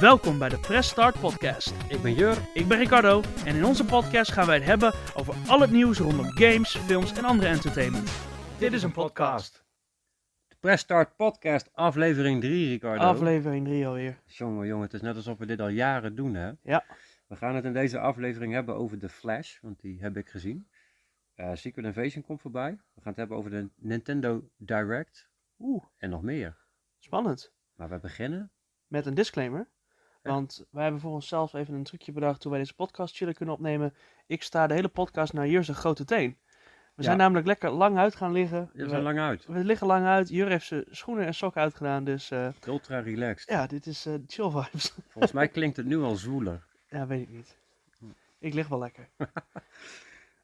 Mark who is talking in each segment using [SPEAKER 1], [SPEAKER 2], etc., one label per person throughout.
[SPEAKER 1] Welkom bij de Press Start Podcast.
[SPEAKER 2] Ik ben Jur.
[SPEAKER 1] Ik ben Ricardo en in onze podcast gaan wij het hebben over al het nieuws rondom games, films en andere entertainment. Dit is een podcast.
[SPEAKER 2] De Press Start Podcast, aflevering 3, Ricardo.
[SPEAKER 1] Aflevering 3 alweer.
[SPEAKER 2] jongen, jongen, het is net alsof we dit al jaren doen, hè?
[SPEAKER 1] Ja.
[SPEAKER 2] We gaan het in deze aflevering hebben over The Flash, want die heb ik gezien. Eh, Secret Invasion komt voorbij. We gaan het hebben over de Nintendo Direct
[SPEAKER 1] Oeh,
[SPEAKER 2] en nog meer.
[SPEAKER 1] spannend.
[SPEAKER 2] Maar we beginnen.
[SPEAKER 1] Met een disclaimer.
[SPEAKER 2] Ja.
[SPEAKER 1] Want wij hebben voor onszelf even een trucje bedacht toen wij deze podcast chillen kunnen opnemen. Ik sta de hele podcast naar Jur's grote teen. We
[SPEAKER 2] Ja.
[SPEAKER 1] zijn namelijk lekker lang uit gaan liggen.
[SPEAKER 2] We zijn
[SPEAKER 1] we,
[SPEAKER 2] lang uit.
[SPEAKER 1] we liggen lang uit. Jur heeft zijn schoenen en sokken uitgedaan. Dus eh,
[SPEAKER 2] Ultra relaxed.
[SPEAKER 1] ja, dit is eh, chill vibes.
[SPEAKER 2] Volgens mij klinkt het nu al zwoeler.
[SPEAKER 1] ja, weet ik niet.
[SPEAKER 2] Hm.
[SPEAKER 1] Ik lig wel lekker.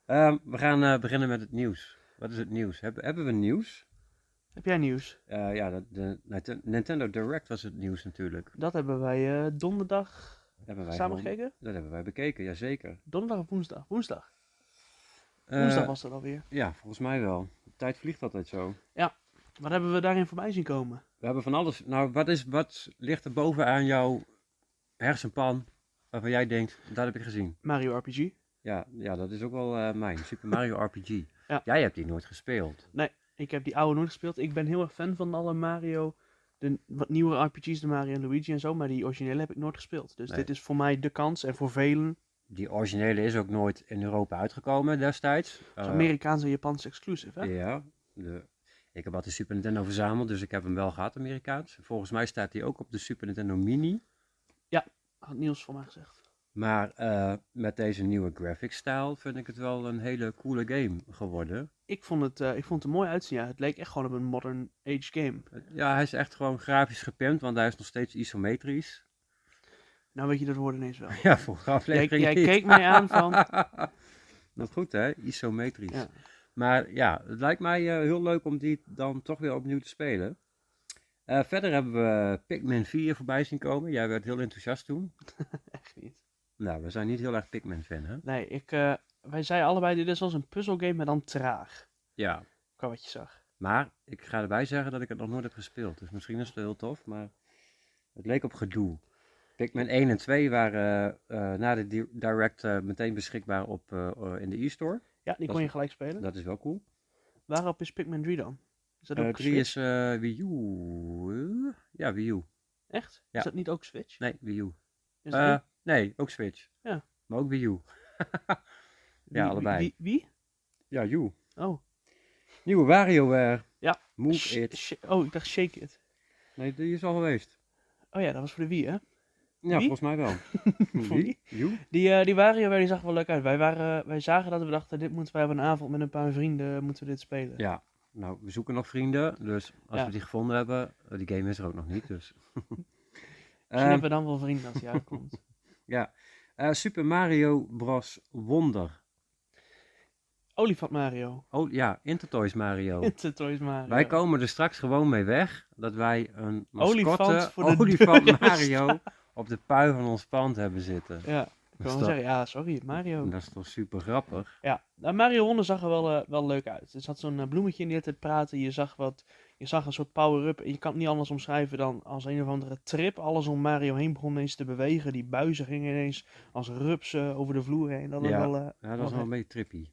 [SPEAKER 2] Ehm, we gaan eh, beginnen met het nieuws. Wat is het nieuws? Hebben hebben we nieuws?
[SPEAKER 1] Heb jij nieuws?
[SPEAKER 2] Eh, ja, de, de Nite- Nintendo Direct was het nieuws natuurlijk.
[SPEAKER 1] Dat hebben wij eh, donderdag
[SPEAKER 2] Hebben wij
[SPEAKER 1] samen
[SPEAKER 2] gewoon-
[SPEAKER 1] gekeken.
[SPEAKER 2] Dat hebben wij bekeken, jazeker.
[SPEAKER 1] Donderdag of woensdag? Woensdag.
[SPEAKER 2] Eh,
[SPEAKER 1] woensdag was dat alweer.
[SPEAKER 2] Ja, volgens mij wel. De tijd vliegt altijd zo.
[SPEAKER 1] Wat hebben we daarin voorbij zien komen?
[SPEAKER 2] We hebben van alles. Nou, wat, is, wat ligt er bovenaan jouw hersenpan waarvan jij denkt, dat heb ik gezien?
[SPEAKER 1] Mario RPG.
[SPEAKER 2] Ja, ja dat is ook wel eh, mijn. Super Mario RPG.
[SPEAKER 1] Ja.
[SPEAKER 2] Jij hebt die nooit gespeeld.
[SPEAKER 1] Ik heb die oude nooit gespeeld. Ik ben heel erg fan van alle Mario. De wat nieuwere RPG's, de Mario en Luigi en zo. Maar die originele heb ik nooit gespeeld. Dus
[SPEAKER 2] Nee.
[SPEAKER 1] dit is voor mij de kans. En voor velen.
[SPEAKER 2] Die originele is ook nooit in Europa uitgekomen destijds.
[SPEAKER 1] Het is
[SPEAKER 2] Eh,
[SPEAKER 1] Amerikaans en Japans exclusive. Hè?
[SPEAKER 2] ja. De, ik heb altijd de Super Nintendo verzameld, dus ik heb hem wel gehad, Amerikaans. Volgens mij staat die ook op de Super Nintendo Mini.
[SPEAKER 1] Had Niels voor mij gezegd.
[SPEAKER 2] Maar eh, met deze nieuwe graphic style vind ik het wel een hele coole game geworden.
[SPEAKER 1] Ik vond het, eh, ik vond het er mooi uitzien. Ja. Het leek echt gewoon op een modern age game.
[SPEAKER 2] Ja, hij is echt gewoon grafisch gepimpt, want hij is nog steeds isometrisch.
[SPEAKER 1] Nou weet je dat woord ineens wel.
[SPEAKER 2] Ja, voor
[SPEAKER 1] Jij,
[SPEAKER 2] aflevering
[SPEAKER 1] jij
[SPEAKER 2] niet.
[SPEAKER 1] keek mij aan van...
[SPEAKER 2] Dat goed hè, isometrisch.
[SPEAKER 1] Ja.
[SPEAKER 2] Maar ja, het lijkt mij eh, heel leuk om die dan toch weer opnieuw te spelen. Eh, verder hebben we Pikmin 4 voorbij zien komen. Jij werd heel enthousiast toen.
[SPEAKER 1] Echt niet.
[SPEAKER 2] Nou, we zijn niet heel erg Pikmin fan hè?
[SPEAKER 1] Nee, ik, eh, wij zeiden allebei, dit is als een puzzelgame, maar dan traag.
[SPEAKER 2] Ja.
[SPEAKER 1] Qua wat je zag.
[SPEAKER 2] Maar ik ga erbij zeggen dat ik het nog nooit heb gespeeld. Dus misschien is het heel tof, maar het leek op gedoe. Pikmin 1 en 2 waren eh, eh, na de di- direct eh, meteen beschikbaar op, eh, eh, in de e-store.
[SPEAKER 1] Ja, die
[SPEAKER 2] Dat
[SPEAKER 1] kon
[SPEAKER 2] is-
[SPEAKER 1] je gelijk spelen.
[SPEAKER 2] Dat is wel cool.
[SPEAKER 1] Waarop is Pikmin 3 dan? Is dat ook
[SPEAKER 2] Eh, 3
[SPEAKER 1] Switch?
[SPEAKER 2] is eh, Wii U. Ja, Wii U.
[SPEAKER 1] Echt?
[SPEAKER 2] ja.
[SPEAKER 1] Is dat niet ook Switch?
[SPEAKER 2] Nee, Wii U.
[SPEAKER 1] Is
[SPEAKER 2] Eh,
[SPEAKER 1] dat
[SPEAKER 2] nee, ook Switch.
[SPEAKER 1] Ja.
[SPEAKER 2] Maar ook Wii U.
[SPEAKER 1] wie- wie-
[SPEAKER 2] allebei.
[SPEAKER 1] Wie? wie?
[SPEAKER 2] Ja, U.
[SPEAKER 1] Oh.
[SPEAKER 2] Nieuwe WarioWare.
[SPEAKER 1] Ja. Sh-
[SPEAKER 2] Move It.
[SPEAKER 1] sh- oh, ik dacht Shake It.
[SPEAKER 2] Nee, die is al geweest.
[SPEAKER 1] Oh ja, dat was voor de Wii, hè? Wie?
[SPEAKER 2] Ja, volgens mij wel.
[SPEAKER 1] Wie?
[SPEAKER 2] U?
[SPEAKER 1] Die, eh die WarioWare die zag wel leuk uit. Wij, waren, wij zagen dat en we dachten, dit moeten wij op een avond met een paar vrienden moeten we dit spelen.
[SPEAKER 2] Ja, nou, we zoeken nog vrienden. Dus als
[SPEAKER 1] Ja.
[SPEAKER 2] we die gevonden hebben, eh, die game is er ook nog niet. Dus.
[SPEAKER 1] Misschien
[SPEAKER 2] Ehm,
[SPEAKER 1] hebben we dan wel vrienden als die uitkomt.
[SPEAKER 2] ja. Eh, Super Mario Bros. Wonder.
[SPEAKER 1] Olifant Mario.
[SPEAKER 2] Oh ja, Intertoys Mario.
[SPEAKER 1] Into Toys Mario.
[SPEAKER 2] Oh. Wij komen er straks gewoon mee weg dat wij een
[SPEAKER 1] Olifant
[SPEAKER 2] mascotte, olifant,
[SPEAKER 1] voor de deur
[SPEAKER 2] Mario, op de pui van ons pand hebben zitten.
[SPEAKER 1] Ja, ik
[SPEAKER 2] is
[SPEAKER 1] kan wel
[SPEAKER 2] dat-
[SPEAKER 1] zeggen, ja, sorry, Mario.
[SPEAKER 2] Dat is toch super grappig?
[SPEAKER 1] Ja, nou, Mario Wonder zag er wel, eh, wel leuk uit. Er zat zo'n eh, bloemetje in die altijd praten. Je zag, wat, je zag een soort power-up. En je kan het niet anders omschrijven dan als een of andere trip. Alles om Mario heen begon ineens te bewegen. Die buizen gingen ineens als rupsen over de vloer heen. Dat was
[SPEAKER 2] Ja.
[SPEAKER 1] wel, eh,
[SPEAKER 2] Ja,
[SPEAKER 1] Wat
[SPEAKER 2] dat is wel
[SPEAKER 1] leuk.
[SPEAKER 2] een beetje trippy.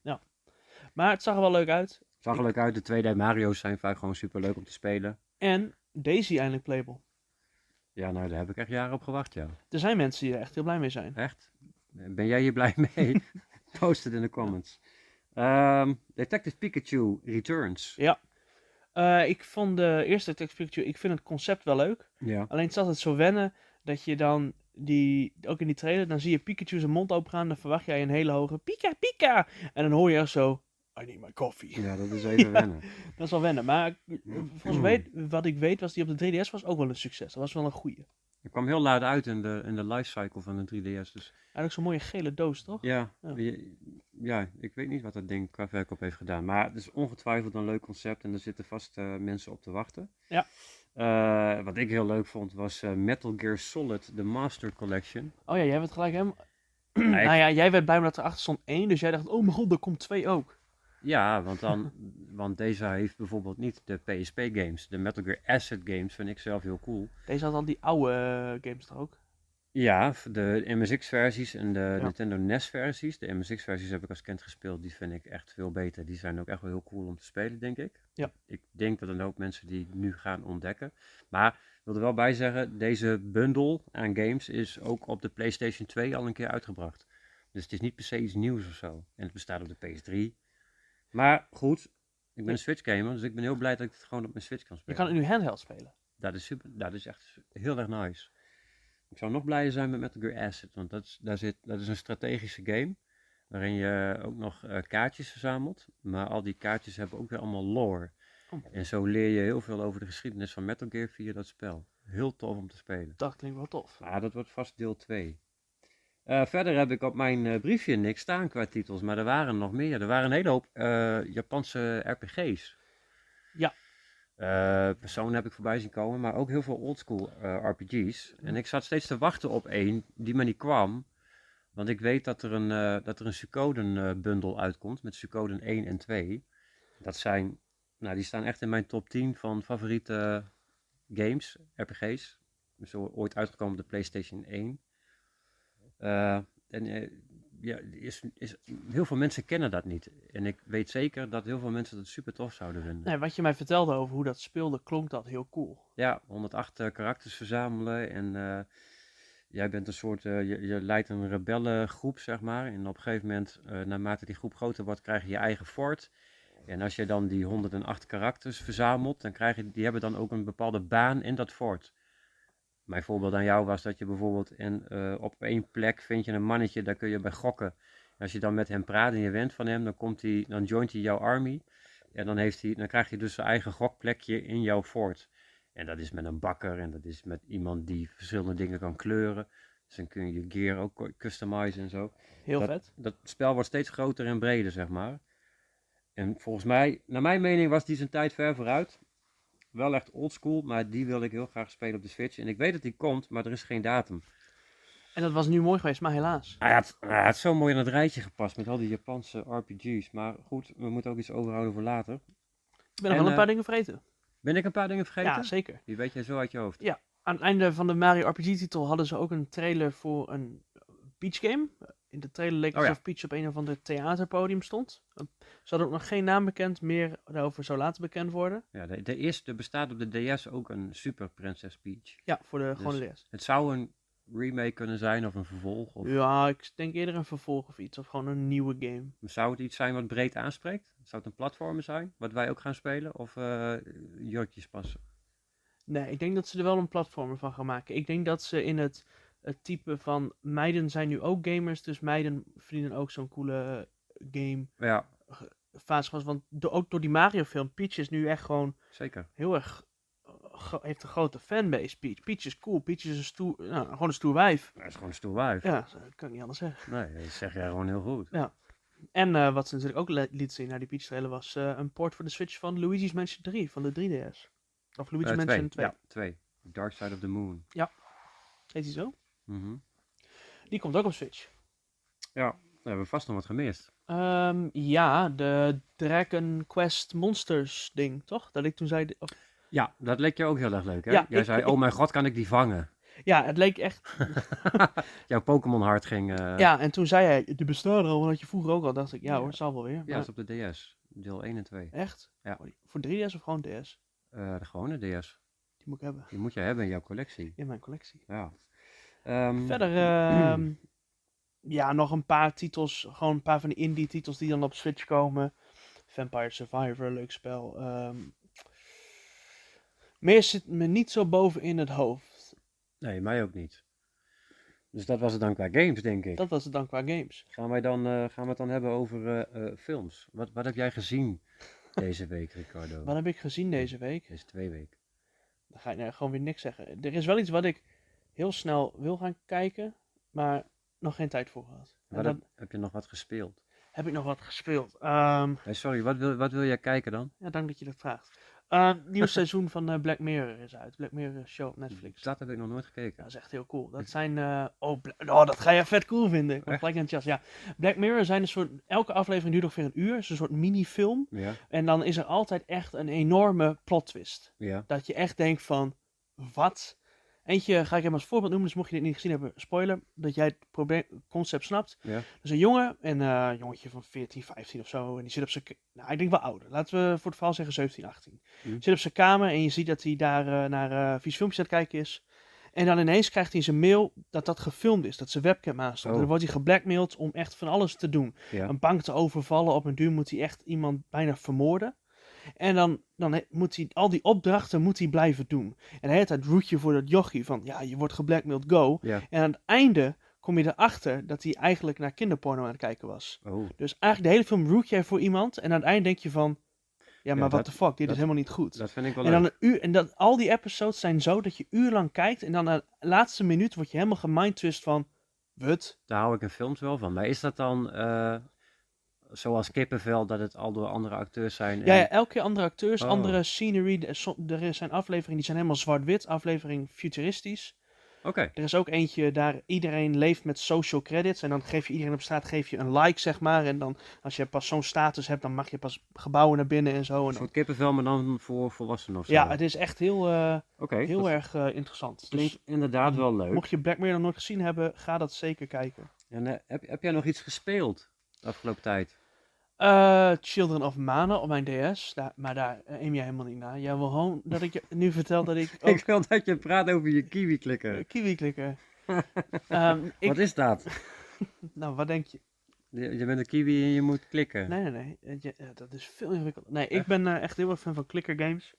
[SPEAKER 1] Maar het zag er wel leuk uit.
[SPEAKER 2] Zag er leuk uit, de 2D Mario's zijn vaak gewoon super leuk om te spelen.
[SPEAKER 1] En Daisy eindelijk playable.
[SPEAKER 2] Ja, nou daar heb ik echt jaren op gewacht, ja.
[SPEAKER 1] Er zijn mensen die er echt heel blij mee zijn.
[SPEAKER 2] Echt? Ben jij hier blij mee? Post het in de comments. Ehm, Detective Pikachu Returns.
[SPEAKER 1] Eh, ik vond de eerste text picture, ik vind het concept wel leuk.
[SPEAKER 2] Ja.
[SPEAKER 1] Alleen het is altijd zo wennen dat je dan die, ook in die trailer, dan zie je Pikachu zijn mond opengaan. Dan verwacht jij een hele hoge Pika Pika. En dan hoor je echt zo, I need my coffee.
[SPEAKER 2] Ja, dat is even
[SPEAKER 1] Ja.
[SPEAKER 2] wennen.
[SPEAKER 1] Dat is wel wennen. Maar eh, volgens mij, wat ik weet, was die op de 3DS was ook wel een succes. Dat was wel een goeie.
[SPEAKER 2] Ik kwam heel laat uit in de, in de lifecycle van de 3DS. Dus
[SPEAKER 1] Eigenlijk zo'n mooie gele doos, toch?
[SPEAKER 2] ja,
[SPEAKER 1] Ja.
[SPEAKER 2] je- ja, ik weet niet wat dat ding qua verkoop heeft gedaan. Maar het is ongetwijfeld een leuk concept en er zitten vast eh, mensen op te wachten.
[SPEAKER 1] Ja.
[SPEAKER 2] Eh, wat ik heel leuk vond was eh, Metal Gear Solid, de Master Collection.
[SPEAKER 1] Oh ja, jij werd gelijk helemaal...
[SPEAKER 2] Ja, ik-
[SPEAKER 1] Nou ja, jij werd blij omdat er achter stond één. Dus jij dacht, oh mijn god, er komt twee ook.
[SPEAKER 2] Ja, want, dan, want deze heeft bijvoorbeeld niet de PSP-games. De Metal Gear Asset games vind ik zelf heel cool.
[SPEAKER 1] Deze had al die oude eh, games toch ook?
[SPEAKER 2] Ja, de MSX-versies en de
[SPEAKER 1] Ja.
[SPEAKER 2] Nintendo NES-versies. De MSX-versies heb ik als kind gespeeld. Die vind ik echt veel beter. Die zijn ook echt wel heel cool om te spelen, denk ik.
[SPEAKER 1] Ja.
[SPEAKER 2] Ik denk dat een hoop mensen die nu gaan ontdekken. Maar ik wil er wel bij zeggen, deze bundle aan games is ook op de PlayStation 2 al een keer uitgebracht. Dus het is niet per se iets nieuws of zo. En het bestaat op de PS3. Maar goed, ik ben een Switch-gamer, dus ik ben heel blij dat ik het gewoon op mijn Switch kan
[SPEAKER 1] Je
[SPEAKER 2] spelen.
[SPEAKER 1] kan het nu handheld spelen.
[SPEAKER 2] Dat is super, dat is echt heel erg nice. Ik zou nog blijer zijn met Metal Gear Acid, want dat is, daar zit, dat is een strategische game waarin je ook nog eh, kaartjes verzamelt, maar al die kaartjes hebben ook weer allemaal lore.
[SPEAKER 1] Oh.
[SPEAKER 2] En zo leer je heel veel over de geschiedenis van Metal Gear via dat spel. Heel tof om te spelen.
[SPEAKER 1] Dat klinkt wel tof.
[SPEAKER 2] Maar Ah, dat wordt vast deel 2. Eh, verder heb ik op mijn eh, briefje niks staan qua titels, maar er waren nog meer. Er waren een hele hoop eh, Japanse RPG's.
[SPEAKER 1] Ja.
[SPEAKER 2] Eh, Personen heb ik voorbij zien komen, maar ook heel veel oldschool eh, RPG's. En ik zat steeds te wachten op één die maar niet kwam. Want ik weet dat er een, eh dat er een Suikoden eh, bundel uitkomt met Suikoden 1 en 2. Dat zijn, nou die staan echt in mijn top 10 van favoriete games, RPG's. Zo ooit uitgekomen op de PlayStation 1. Eh, en eh, ja, is, is, heel veel mensen kennen dat niet. En ik weet zeker dat heel veel mensen dat super tof zouden vinden.
[SPEAKER 1] Nee, wat je mij vertelde over hoe dat speelde, klonk dat heel cool.
[SPEAKER 2] Ja, 108 eh, karakters verzamelen. En eh, jij bent een soort, eh, je, je leidt een rebellengroep, zeg maar. En op een gegeven moment, eh, naarmate die groep groter wordt, krijg je je eigen fort. En als je dan die 108 karakters verzamelt, dan krijg je, die hebben dan ook een bepaalde baan in dat fort. Mijn voorbeeld aan jou was dat je bijvoorbeeld in, eh, op één plek vind je een mannetje, daar kun je bij gokken. En als je dan met hem praat en je went van hem, dan, komt hij dan joint hij jouw army. En dan, heeft hij, dan krijgt hij dus zijn eigen gokplekje in jouw fort. En dat is met een bakker en dat is met iemand die verschillende dingen kan kleuren. Dus dan kun je je gear ook customizen en zo.
[SPEAKER 1] Heel
[SPEAKER 2] dat,
[SPEAKER 1] vet.
[SPEAKER 2] Dat spel wordt steeds groter en breder, zeg maar. En volgens mij, naar mijn mening, was die zijn tijd ver vooruit. Wel echt oldschool, maar die wil ik heel graag spelen op de Switch. En ik weet dat die komt, maar er is geen datum.
[SPEAKER 1] En dat was nu mooi geweest, maar helaas.
[SPEAKER 2] Hij had, hij had zo mooi in het rijtje gepast met al die Japanse RPG's. Maar goed, we moeten ook iets overhouden voor later.
[SPEAKER 1] Ik ben nog
[SPEAKER 2] En,
[SPEAKER 1] wel een
[SPEAKER 2] eh,
[SPEAKER 1] paar dingen vergeten.
[SPEAKER 2] Ben ik een paar dingen vergeten?
[SPEAKER 1] Ja, zeker.
[SPEAKER 2] Die weet jij zo uit je hoofd.
[SPEAKER 1] Aan het einde van de Mario RPG-titel hadden ze ook een trailer voor een Peach game. In de trailer leek
[SPEAKER 2] Oh
[SPEAKER 1] alsof
[SPEAKER 2] ja.
[SPEAKER 1] Peach op een of ander theaterpodium stond. Ze hadden ook nog geen naam bekend, meer daarover zou later bekend worden.
[SPEAKER 2] Ja, de- er, is, er bestaat op de DS ook een Super Princess Peach.
[SPEAKER 1] Ja, voor
[SPEAKER 2] Dus
[SPEAKER 1] de gewone DS.
[SPEAKER 2] Het zou een remake kunnen zijn of een vervolg. Of,
[SPEAKER 1] Ja, ik denk eerder een vervolg of iets. Of gewoon een nieuwe game.
[SPEAKER 2] Zou het iets zijn wat breed aanspreekt? Zou het een platformer zijn, wat wij ook gaan spelen? Of eh, jurkjes passen?
[SPEAKER 1] Nee, ik denk dat ze er wel een platformer van gaan maken. Ik denk dat ze in het, het type van meiden zijn nu ook gamers, dus meiden verdienen ook zo'n coole eh, game
[SPEAKER 2] Ja,
[SPEAKER 1] fase. was. Want do- ook door die Mario film, Peach is nu echt gewoon
[SPEAKER 2] zeker.
[SPEAKER 1] heel erg, eh, gro- heeft een grote fanbase, Peach. Peach is cool, Peach is een stoer, nou, gewoon een stoer wijf.
[SPEAKER 2] Dat is gewoon een stoer wijf.
[SPEAKER 1] Ja, dat kan ik niet anders zeggen.
[SPEAKER 2] Nee, dat zeg jij gewoon heel goed.
[SPEAKER 1] En eh, wat ze natuurlijk ook le- liet zien naar die Peach trailer was eh, een port voor de Switch van Luigi's Mansion 3, van de 3DS. Of Luigi's
[SPEAKER 2] Eh,
[SPEAKER 1] Mansion 2,
[SPEAKER 2] Ja, twee. Dark Side of the Moon.
[SPEAKER 1] heet die zo?
[SPEAKER 2] Mhm.
[SPEAKER 1] Die komt ook op Switch.
[SPEAKER 2] We hebben vast nog wat gemist.
[SPEAKER 1] Ehm, ja, de Dragon Quest Monsters ding, toch? Dat ik toen zei... of-
[SPEAKER 2] Ja, dat leek je ook heel erg leuk, hè?
[SPEAKER 1] Ja,
[SPEAKER 2] jij
[SPEAKER 1] ik-
[SPEAKER 2] zei,
[SPEAKER 1] ik-
[SPEAKER 2] oh mijn god, kan ik die vangen?
[SPEAKER 1] ja, het leek echt...
[SPEAKER 2] Jouw Pokémon hart ging... eh,
[SPEAKER 1] Ja, en toen zei hij, die bestaan er al, want dat je vroeger ook al dacht ik, ja
[SPEAKER 2] Ja.
[SPEAKER 1] hoor, het zal wel weer.
[SPEAKER 2] ja,
[SPEAKER 1] Maar
[SPEAKER 2] dat is op de DS. Deel 1 en 2.
[SPEAKER 1] Echt?
[SPEAKER 2] Ja.
[SPEAKER 1] Voor 3DS of gewoon DS?
[SPEAKER 2] Eh de gewone DS.
[SPEAKER 1] Die moet ik hebben
[SPEAKER 2] Die moet je hebben in jouw collectie.
[SPEAKER 1] in mijn collectie.
[SPEAKER 2] Ja. Ehm,
[SPEAKER 1] Verder, ehm, ja, nog een paar titels, gewoon een paar van die indie titels die dan op Switch komen. Vampire Survivor, leuk spel. Ehm, meer zit me niet zo boven in het hoofd.
[SPEAKER 2] Nee, mij ook niet. Dus dat was het dan qua games, denk ik.
[SPEAKER 1] Dat was het dan qua games.
[SPEAKER 2] Gaan, wij dan, eh, gaan we het dan hebben over eh, eh, films? Wat, wat heb jij gezien deze week, Ricardo?
[SPEAKER 1] Wat heb ik gezien deze week?
[SPEAKER 2] Deze twee weken.
[SPEAKER 1] Dan ga ik nou gewoon weer niks zeggen. Er is wel iets wat ik heel snel wil gaan kijken, maar nog geen tijd voor gehad. En
[SPEAKER 2] Wat
[SPEAKER 1] dan
[SPEAKER 2] heb, heb je nog wat gespeeld?
[SPEAKER 1] heb ik nog wat gespeeld. Ehm,
[SPEAKER 2] Hey, sorry, wat wil, wat wil jij kijken dan?
[SPEAKER 1] ja, dank dat je dat vraagt. Eh, nieuw seizoen van eh, Black Mirror is uit. Black Mirror show op Netflix.
[SPEAKER 2] Dat heb ik nog nooit gekeken.
[SPEAKER 1] Dat is echt heel cool. Dat zijn. eh, oh, Bla- oh, dat ga je vet cool vinden. Ik word
[SPEAKER 2] Echt?
[SPEAKER 1] gelijk enthousiast. Ja, Black Mirror zijn een soort. Elke aflevering duurt ongeveer een uur. Het is een soort mini-film.
[SPEAKER 2] Ja,
[SPEAKER 1] En dan is er altijd echt een enorme plot twist.
[SPEAKER 2] ja.
[SPEAKER 1] dat je echt denkt van, wat? Eentje ga ik hem als voorbeeld noemen, dus mocht je dit niet gezien hebben, spoiler, dat jij het proble- concept snapt.
[SPEAKER 2] Ja.
[SPEAKER 1] Dus een jongen, en, eh, een jongetje van 14, 15 of zo, en die zit op zijn... k- Nou, ik denk wel ouder. Laten we voor het verhaal zeggen 17, 18.
[SPEAKER 2] Mhm.
[SPEAKER 1] Zit op zijn kamer en je ziet dat hij daar eh, naar eh vies filmpjes aan het kijken is. En dan ineens krijgt hij in zijn mail dat dat gefilmd is, dat zijn webcam aanstaat.
[SPEAKER 2] Oh.
[SPEAKER 1] En dan wordt hij geblackmailed om echt van alles te doen
[SPEAKER 2] Ja.
[SPEAKER 1] een bank te overvallen. Op een duur moet hij echt iemand bijna vermoorden. En dan, dan he- moet hij al die opdrachten moet hij blijven doen. En hij heeft dat roetje voor dat jochie van, ja, je wordt geblackmailed, go.
[SPEAKER 2] Ja.
[SPEAKER 1] En aan het einde kom je erachter dat hij eigenlijk naar kinderporno aan het kijken was.
[SPEAKER 2] Oh,
[SPEAKER 1] Dus eigenlijk de hele film roet jij voor iemand. En aan het einde denk je van, ja, maar
[SPEAKER 2] dat-
[SPEAKER 1] what the fuck, dit
[SPEAKER 2] dat-
[SPEAKER 1] is helemaal niet goed.
[SPEAKER 2] dat vind ik wel
[SPEAKER 1] En,
[SPEAKER 2] leuk.
[SPEAKER 1] dan een uur, en dat, al die episodes zijn zo dat je urenlang kijkt. En dan aan de laatste minuut word je helemaal gemindtwist van, wat?
[SPEAKER 2] Daar hou ik in films wel van. Maar is dat dan eh, zoals Kippenvel, dat het al door andere acteurs zijn?
[SPEAKER 1] Ja,
[SPEAKER 2] en-
[SPEAKER 1] ja, elke keer andere acteurs,
[SPEAKER 2] Oh.
[SPEAKER 1] andere scenery. Er is- Er zijn afleveringen die zijn helemaal zwart-wit, aflevering futuristisch.
[SPEAKER 2] Oké,
[SPEAKER 1] Er is ook eentje daar iedereen leeft met social credits. En dan geef je iedereen op straat geef je een like, zeg maar. En dan als je pas zo'n status hebt, dan mag je pas gebouwen naar binnen en zo.
[SPEAKER 2] een
[SPEAKER 1] En dan-
[SPEAKER 2] soort Kippenvel, maar dan voor volwassenen of zo.
[SPEAKER 1] ja, het is echt heel, eh,
[SPEAKER 2] Oké,
[SPEAKER 1] heel
[SPEAKER 2] dat
[SPEAKER 1] erg eh, interessant. Dus
[SPEAKER 2] klinkt inderdaad wel leuk.
[SPEAKER 1] mocht je Black Mirror nog nooit gezien hebben, ga dat zeker kijken.
[SPEAKER 2] En eh, heb, heb jij nog iets gespeeld de afgelopen tijd?
[SPEAKER 1] Eh, Children of Mana op mijn DS. Daar- maar daar eh, aim jij helemaal niet naar. Jij wil gewoon dat ik je nu vertel dat ik ook
[SPEAKER 2] Ik wil dat je praat over je kiwi-klikker.
[SPEAKER 1] kiwi klikken. Ehm, ik,
[SPEAKER 2] Wat is dat?
[SPEAKER 1] Nou, wat denk je?
[SPEAKER 2] Je, je bent een kiwi en je moet klikken.
[SPEAKER 1] Nee, nee, nee. Eh, je- eh, dat is veel ingewikkelder. Nee,
[SPEAKER 2] Echt?
[SPEAKER 1] ik ben eh, echt heel erg fan van clicker games.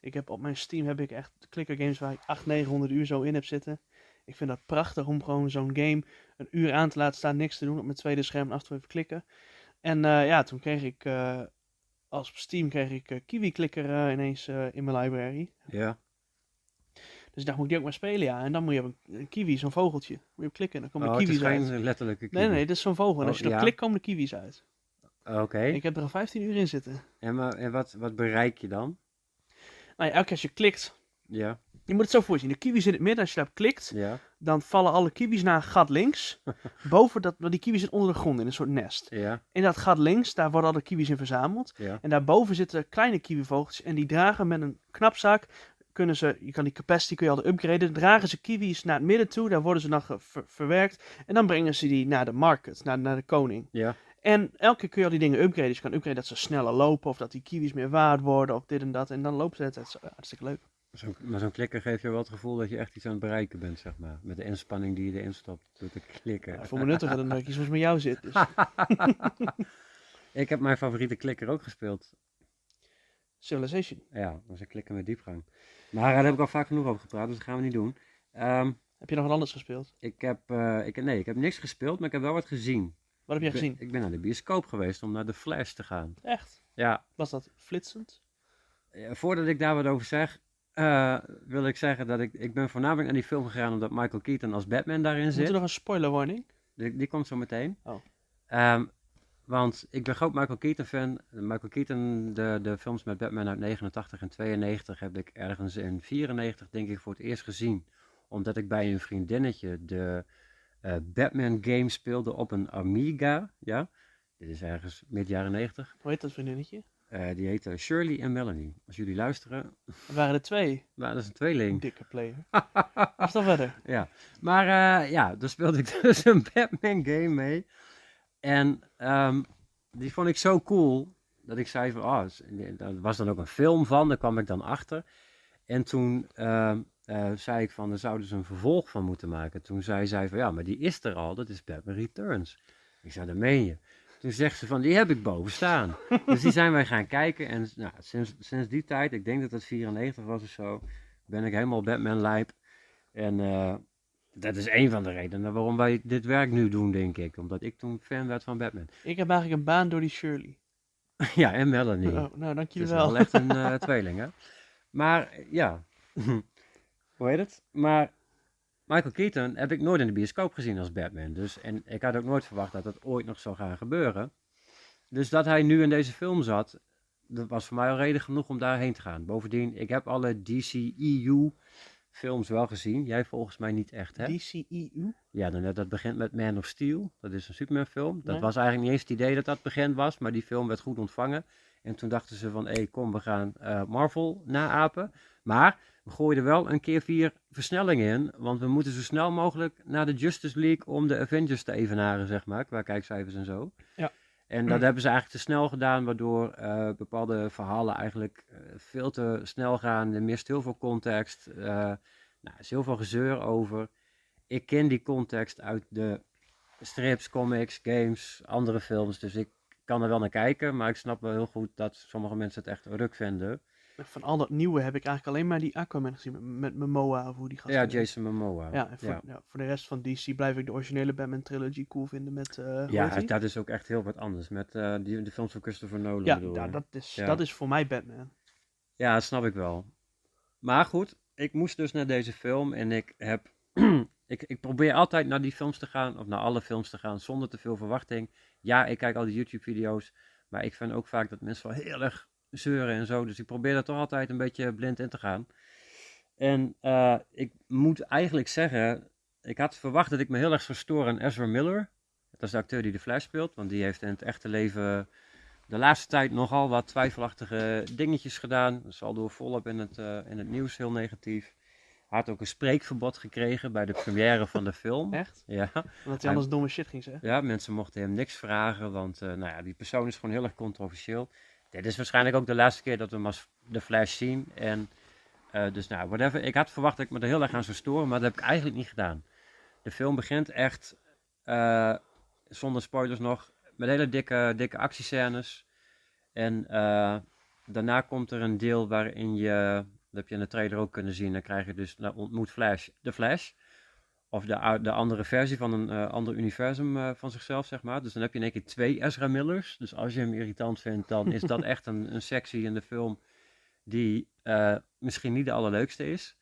[SPEAKER 1] Ik heb op mijn Steam heb ik echt clicker games waar ik 800, 900 uur zo in heb zitten. Ik vind dat prachtig om gewoon zo'n game een uur aan te laten staan, niks te doen, op mijn tweede scherm en af en toe even klikken. En eh, ja, toen kreeg ik eh, als op Steam kreeg ik eh, Kiwi Clicker ineens eh, in mijn library.
[SPEAKER 2] Ja.
[SPEAKER 1] Dus ik dacht, moet ik die ook maar spelen? Ja, en dan moet je op een, een kiwi, zo'n vogeltje. Moet je op klikken, dan komen
[SPEAKER 2] Oh,
[SPEAKER 1] de
[SPEAKER 2] het is
[SPEAKER 1] kiwis uit.
[SPEAKER 2] geen letterlijke kiwi.
[SPEAKER 1] Nee, nee, dat is zo'n vogel. En
[SPEAKER 2] Oh,
[SPEAKER 1] als je erop
[SPEAKER 2] ja.
[SPEAKER 1] klikt, komen de kiwis uit.
[SPEAKER 2] Oké.
[SPEAKER 1] Ik heb er al 15 uur in zitten.
[SPEAKER 2] En, maar, en wat, wat bereik je dan?
[SPEAKER 1] Nou ja, elke keer als je klikt.
[SPEAKER 2] Ja,
[SPEAKER 1] Je moet het zo voorzien. De kiwis in het midden, als je daarop klikt,
[SPEAKER 2] ja,
[SPEAKER 1] dan vallen alle kiwis naar een gat links. Boven dat, want die kiwis zitten onder de grond in een soort nest.
[SPEAKER 2] ja,
[SPEAKER 1] In dat gat links, daar worden alle kiwis in verzameld.
[SPEAKER 2] ja.
[SPEAKER 1] En daarboven zitten kleine kiwivogeltjes en die dragen met een knapzak, kunnen ze, je kan die capacity kun je al upgraden, dragen ze kiwis naar het midden toe, daar worden ze dan ge- ver- verwerkt. En dan brengen ze die naar de market, naar, naar de koning.
[SPEAKER 2] Ja,
[SPEAKER 1] En elke keer kun je al die dingen upgraden. Dus je kan upgraden dat ze sneller lopen, of dat die kiwis meer waard worden, of dit en dat. En dan lopen ze het, het is hartstikke leuk.
[SPEAKER 2] Zo'n- maar zo'n klikker geeft je wel het gevoel dat je echt iets aan het bereiken bent, zeg maar. Met de inspanning die je erin stopt door te klikken.
[SPEAKER 1] Ja, ik voel me nuttiger dan dat ik hier soms met jou zit. Dus.
[SPEAKER 2] Ik heb mijn favoriete klikker ook gespeeld.
[SPEAKER 1] Civilization.
[SPEAKER 2] Ja, dat was een klikker met diepgang. Maar eh, daar heb ik al vaak genoeg over gepraat, dus dat gaan we niet doen. Ehm,
[SPEAKER 1] Heb je nog wat anders gespeeld?
[SPEAKER 2] ik heb, eh, ik, nee, ik heb niks gespeeld, maar ik heb wel wat gezien.
[SPEAKER 1] Wat heb jij
[SPEAKER 2] ik ben,
[SPEAKER 1] gezien?
[SPEAKER 2] Ik ben naar de bioscoop geweest om naar de Flash te gaan.
[SPEAKER 1] Echt?
[SPEAKER 2] Ja,
[SPEAKER 1] Was dat flitsend?
[SPEAKER 2] Eh, voordat ik daar wat over zeg, eh, wil ik zeggen dat ik, ik ben voornamelijk naar die film gegaan omdat Michael Keaton als Batman daarin
[SPEAKER 1] Zit
[SPEAKER 2] zit.
[SPEAKER 1] er nog een spoiler warning?
[SPEAKER 2] Die, die komt zo meteen.
[SPEAKER 1] Oh.
[SPEAKER 2] Ehm, want ik ben groot Michael Keaton fan. Michael Keaton, de, de films met Batman uit 89 en 92 heb ik ergens in 94 denk ik voor het eerst gezien. Omdat ik bij een vriendinnetje de eh, Batman game speelde op een Amiga. Ja, dit is ergens mid jaren 90.
[SPEAKER 1] Hoe heet dat vriendinnetje?
[SPEAKER 2] Eh, die heette Shirley en Melanie. Als jullie luisteren,
[SPEAKER 1] Er waren er twee.
[SPEAKER 2] nou, dat is een tweeling.
[SPEAKER 1] Dikke player. Was dan verder?
[SPEAKER 2] Ja, maar eh, ja, daar speelde ik dus een Batman game mee. En ehm, die vond ik zo cool dat ik zei van, oh, is- daar was dan ook een film van, daar kwam ik dan achter. En toen ehm, eh, zei ik van, daar zouden ze een vervolg van moeten maken. Toen zei zij van, ja, maar die is er al, dat is Batman Returns. Ik zei, dat meen je. Toen zegt ze van, die heb ik boven staan. dus die zijn wij gaan kijken en nou, sinds, sinds die tijd, ik denk dat dat 94 was of zo, ben ik helemaal Batman-lijp. En eh, dat is een van de redenen waarom wij dit werk nu doen, denk ik. Omdat ik toen fan werd van Batman.
[SPEAKER 1] Ik heb eigenlijk een baan door die Shirley.
[SPEAKER 2] ja, en Melanie.
[SPEAKER 1] Oh, nou, dank
[SPEAKER 2] Het
[SPEAKER 1] jullie
[SPEAKER 2] is
[SPEAKER 1] wel.
[SPEAKER 2] wel echt een eh, tweeling, hè? Maar eh, ja, hoe heet het? Maar Michael Keaton heb ik nooit in de bioscoop gezien als Batman. Dus, en ik had ook nooit verwacht dat dat ooit nog zou gaan gebeuren. Dus dat hij nu in deze film zat, dat was voor mij al reden genoeg om daarheen te gaan. Bovendien, ik heb alle DCEU films wel gezien. Jij volgens mij niet echt,
[SPEAKER 1] E
[SPEAKER 2] hè?
[SPEAKER 1] DCEU?
[SPEAKER 2] Ja, dan, dat begint met Man of Steel. Dat is een Superman film. Dat
[SPEAKER 1] Ja.
[SPEAKER 2] was eigenlijk niet eens het idee dat dat begin was, maar die film werd goed ontvangen. En toen dachten ze van, hé, kom, we gaan eh, Marvel naapen. Maar we gooiden wel een keer vier versnellingen in. Want we moeten zo snel mogelijk naar de Justice League om de Avengers te evenaren, zeg maar. Qua kijkcijfers en zo.
[SPEAKER 1] Ja.
[SPEAKER 2] En dat hebben ze eigenlijk te snel gedaan, waardoor eh, bepaalde verhalen eigenlijk eh, veel te snel gaan. Er mist heel veel context. eh, nou, er is heel veel gezeur over. Ik ken die context uit de strips, comics, games, andere films. Dus ik kan er wel naar kijken, maar ik snap wel heel goed dat sommige mensen het echt ruk vinden.
[SPEAKER 1] Van al dat nieuwe heb ik eigenlijk alleen maar die Aquaman gezien. Met, met Momoa of hoe die gast
[SPEAKER 2] Ja,
[SPEAKER 1] heet.
[SPEAKER 2] Jason Momoa.
[SPEAKER 1] Ja, en voor, ja. voor de rest van DC blijf ik de originele Batman trilogy cool vinden met. eh, hoe
[SPEAKER 2] Ja,
[SPEAKER 1] heet die?
[SPEAKER 2] dat is ook echt heel wat anders. Met eh, die, de films van Christopher Nolan
[SPEAKER 1] ja,
[SPEAKER 2] bedoel
[SPEAKER 1] da-
[SPEAKER 2] je.
[SPEAKER 1] dat, is,
[SPEAKER 2] Ja.
[SPEAKER 1] dat is voor mij Batman.
[SPEAKER 2] Ja, dat snap ik wel. Maar goed, ik moest dus naar deze film en ik heb. ik, ik probeer altijd naar die films te gaan, of naar alle films te gaan, zonder te veel verwachting. Ja, ik kijk al die YouTube-video's, maar ik vind ook vaak dat mensen wel heel erg zeuren en zo. Dus ik probeer daar toch altijd een beetje blind in te gaan. En eh, ik moet eigenlijk zeggen, ik had verwacht dat ik me heel erg zou storen aan Ezra Miller. Dat is de acteur die de Flash speelt, want die heeft in het echte leven de laatste tijd nogal wat twijfelachtige dingetjes gedaan. Dat is al door volop in het, eh, in het nieuws heel negatief. Hij had ook een spreekverbod gekregen bij de première van de film.
[SPEAKER 1] Echt?
[SPEAKER 2] Ja.
[SPEAKER 1] Omdat hij
[SPEAKER 2] Hij-
[SPEAKER 1] anders domme shit ging zeggen.
[SPEAKER 2] Ja, mensen mochten hem niks vragen, want eh, nou ja, die persoon is gewoon heel erg controversieel. Dit is waarschijnlijk ook de laatste keer dat we hem als de Flash zien. En, eh, dus nou, whatever. Ik had verwacht dat ik me er heel erg aan zou storen, maar dat heb ik eigenlijk niet gedaan. De film begint echt, eh, zonder spoilers nog, met hele dikke, dikke actiescènes. En eh, daarna komt er een deel waarin je, dat heb je in de trailer ook kunnen zien, dan krijg je dus, nou, ontmoet Flash, de Flash of de, ou- de andere versie van een eh, ander universum eh, van zichzelf, zeg maar. Dus dan heb je in één keer twee Ezra Millers. Dus als je hem irritant vindt, dan is dat echt een, een sectie in de film die eh, misschien niet de allerleukste is.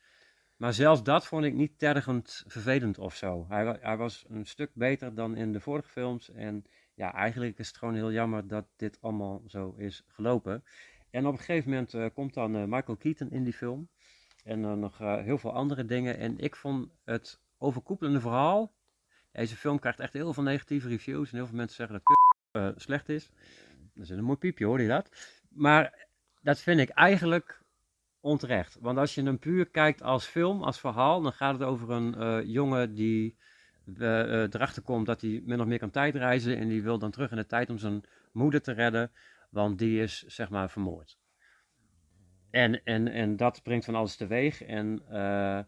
[SPEAKER 2] Maar zelfs dat vond ik niet tergend vervelend of zo. Hij, wa- hij was een stuk beter dan in de vorige films. En ja, eigenlijk is het gewoon heel jammer dat dit allemaal zo is gelopen. En op een gegeven moment eh, komt dan eh, Michael Keaton in die film. En dan nog eh, heel veel andere dingen. En ik vond het overkoepelende verhaal. Deze film krijgt echt heel veel negatieve reviews. En heel veel mensen zeggen dat k- eh, slecht is. Dat is een mooi piepje, hoor je dat? Maar dat vind ik eigenlijk onterecht. Want als je hem puur kijkt als film, als verhaal, dan gaat het over een eh, jongen die eh, eh, erachter komt dat hij min of meer kan tijdreizen. En die wil dan terug in de tijd om zijn moeder te redden, want die is zeg maar vermoord. En, en, en dat brengt van alles teweeg. En eh,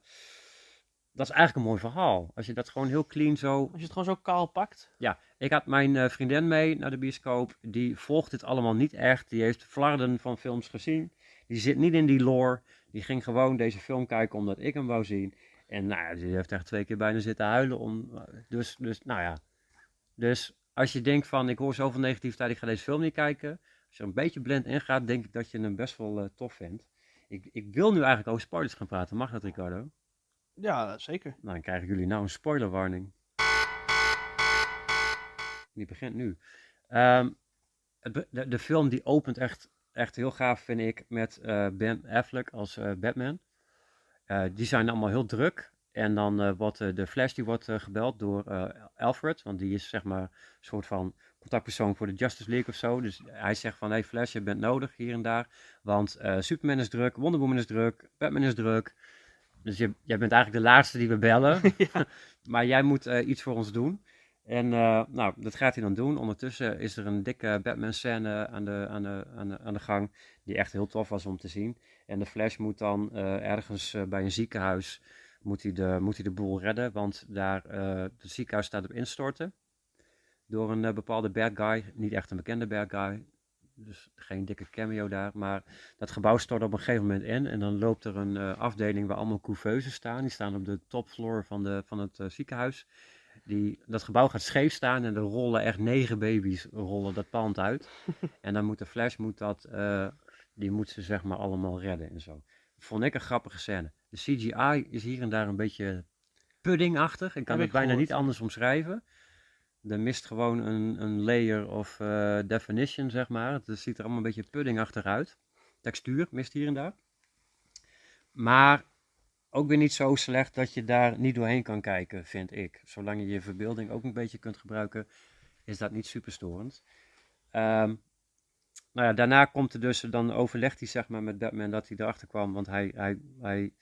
[SPEAKER 2] dat is eigenlijk een mooi verhaal. Als je dat gewoon heel clean zo.
[SPEAKER 1] Als je het gewoon zo kaal pakt.
[SPEAKER 2] Ik had mijn eh, vriendin mee naar de bioscoop. Die volgt dit allemaal niet echt. Die heeft flarden van films gezien. Die zit niet in die lore. Die ging gewoon deze film kijken omdat ik hem wou zien. En nou ja, die heeft echt twee keer bijna zitten huilen. Om... Dus, dus, nou ja. Dus als je denkt van, ik hoor zoveel negativiteit, ik ga deze film niet kijken. Als je er een beetje blind in gaat, denk ik dat je hem best wel eh, tof vindt. Ik, ik wil nu eigenlijk over spoilers gaan praten. Mag dat, Ricardo?
[SPEAKER 1] Ja, zeker.
[SPEAKER 2] Nou, dan krijgen jullie nou een spoilerwarning. Die begint nu. Ehm, het be- de, de film die opent echt, echt heel gaaf, vind ik, met eh, Ben Affleck als eh, Batman. Eh, die zijn allemaal heel druk. En dan eh, wordt eh, de Flash die wordt eh, gebeld door eh, Alfred. Want die is zeg maar een soort van contactpersoon voor de Justice League of zo. Dus hij zegt van, hey Flash, je bent nodig hier en daar. Want eh, Superman is druk, Wonder Woman is druk, Batman is druk. Dus je, jij bent eigenlijk de laatste die we bellen. Maar jij moet eh, iets voor ons doen. En eh, nou, dat gaat hij dan doen. Ondertussen is er een dikke Batman-scène aan de, aan, de, aan, de, aan de gang. Die echt heel tof was om te zien. En de Flash moet dan eh, ergens eh, bij een ziekenhuis moet hij de, moet hij de boel redden. Want daar, eh het ziekenhuis staat op instorten. Door een eh, bepaalde bad guy. Niet echt een bekende bad guy. Dus geen dikke cameo daar. Maar dat gebouw stort op een gegeven moment in. En dan loopt er een eh, afdeling waar allemaal couveuses staan. Die staan op de topfloor van, de, van het eh, ziekenhuis. Die, dat gebouw gaat scheef staan en er rollen echt negen baby's rollen dat pand uit. en dan moet de Flash, moet dat, eh, die moet ze zeg maar allemaal redden en zo. Vond ik een grappige scène. De CGI is hier en daar een beetje puddingachtig. Ik
[SPEAKER 1] Heb
[SPEAKER 2] kan het
[SPEAKER 1] ik
[SPEAKER 2] bijna
[SPEAKER 1] gehoord.
[SPEAKER 2] niet anders omschrijven. Er mist gewoon een, een layer of eh, definition, zeg maar. Het ziet er allemaal een beetje puddingachtig uit. Textuur mist hier en daar. Maar ook weer niet zo slecht dat je daar niet doorheen kan kijken, vind ik. Zolang je je verbeelding ook een beetje kunt gebruiken, is dat niet super storend. Ehm, nou ja, daarna komt er dus, dan overlegt hij zeg maar met Batman dat hij erachter kwam. Want hij, hij, hij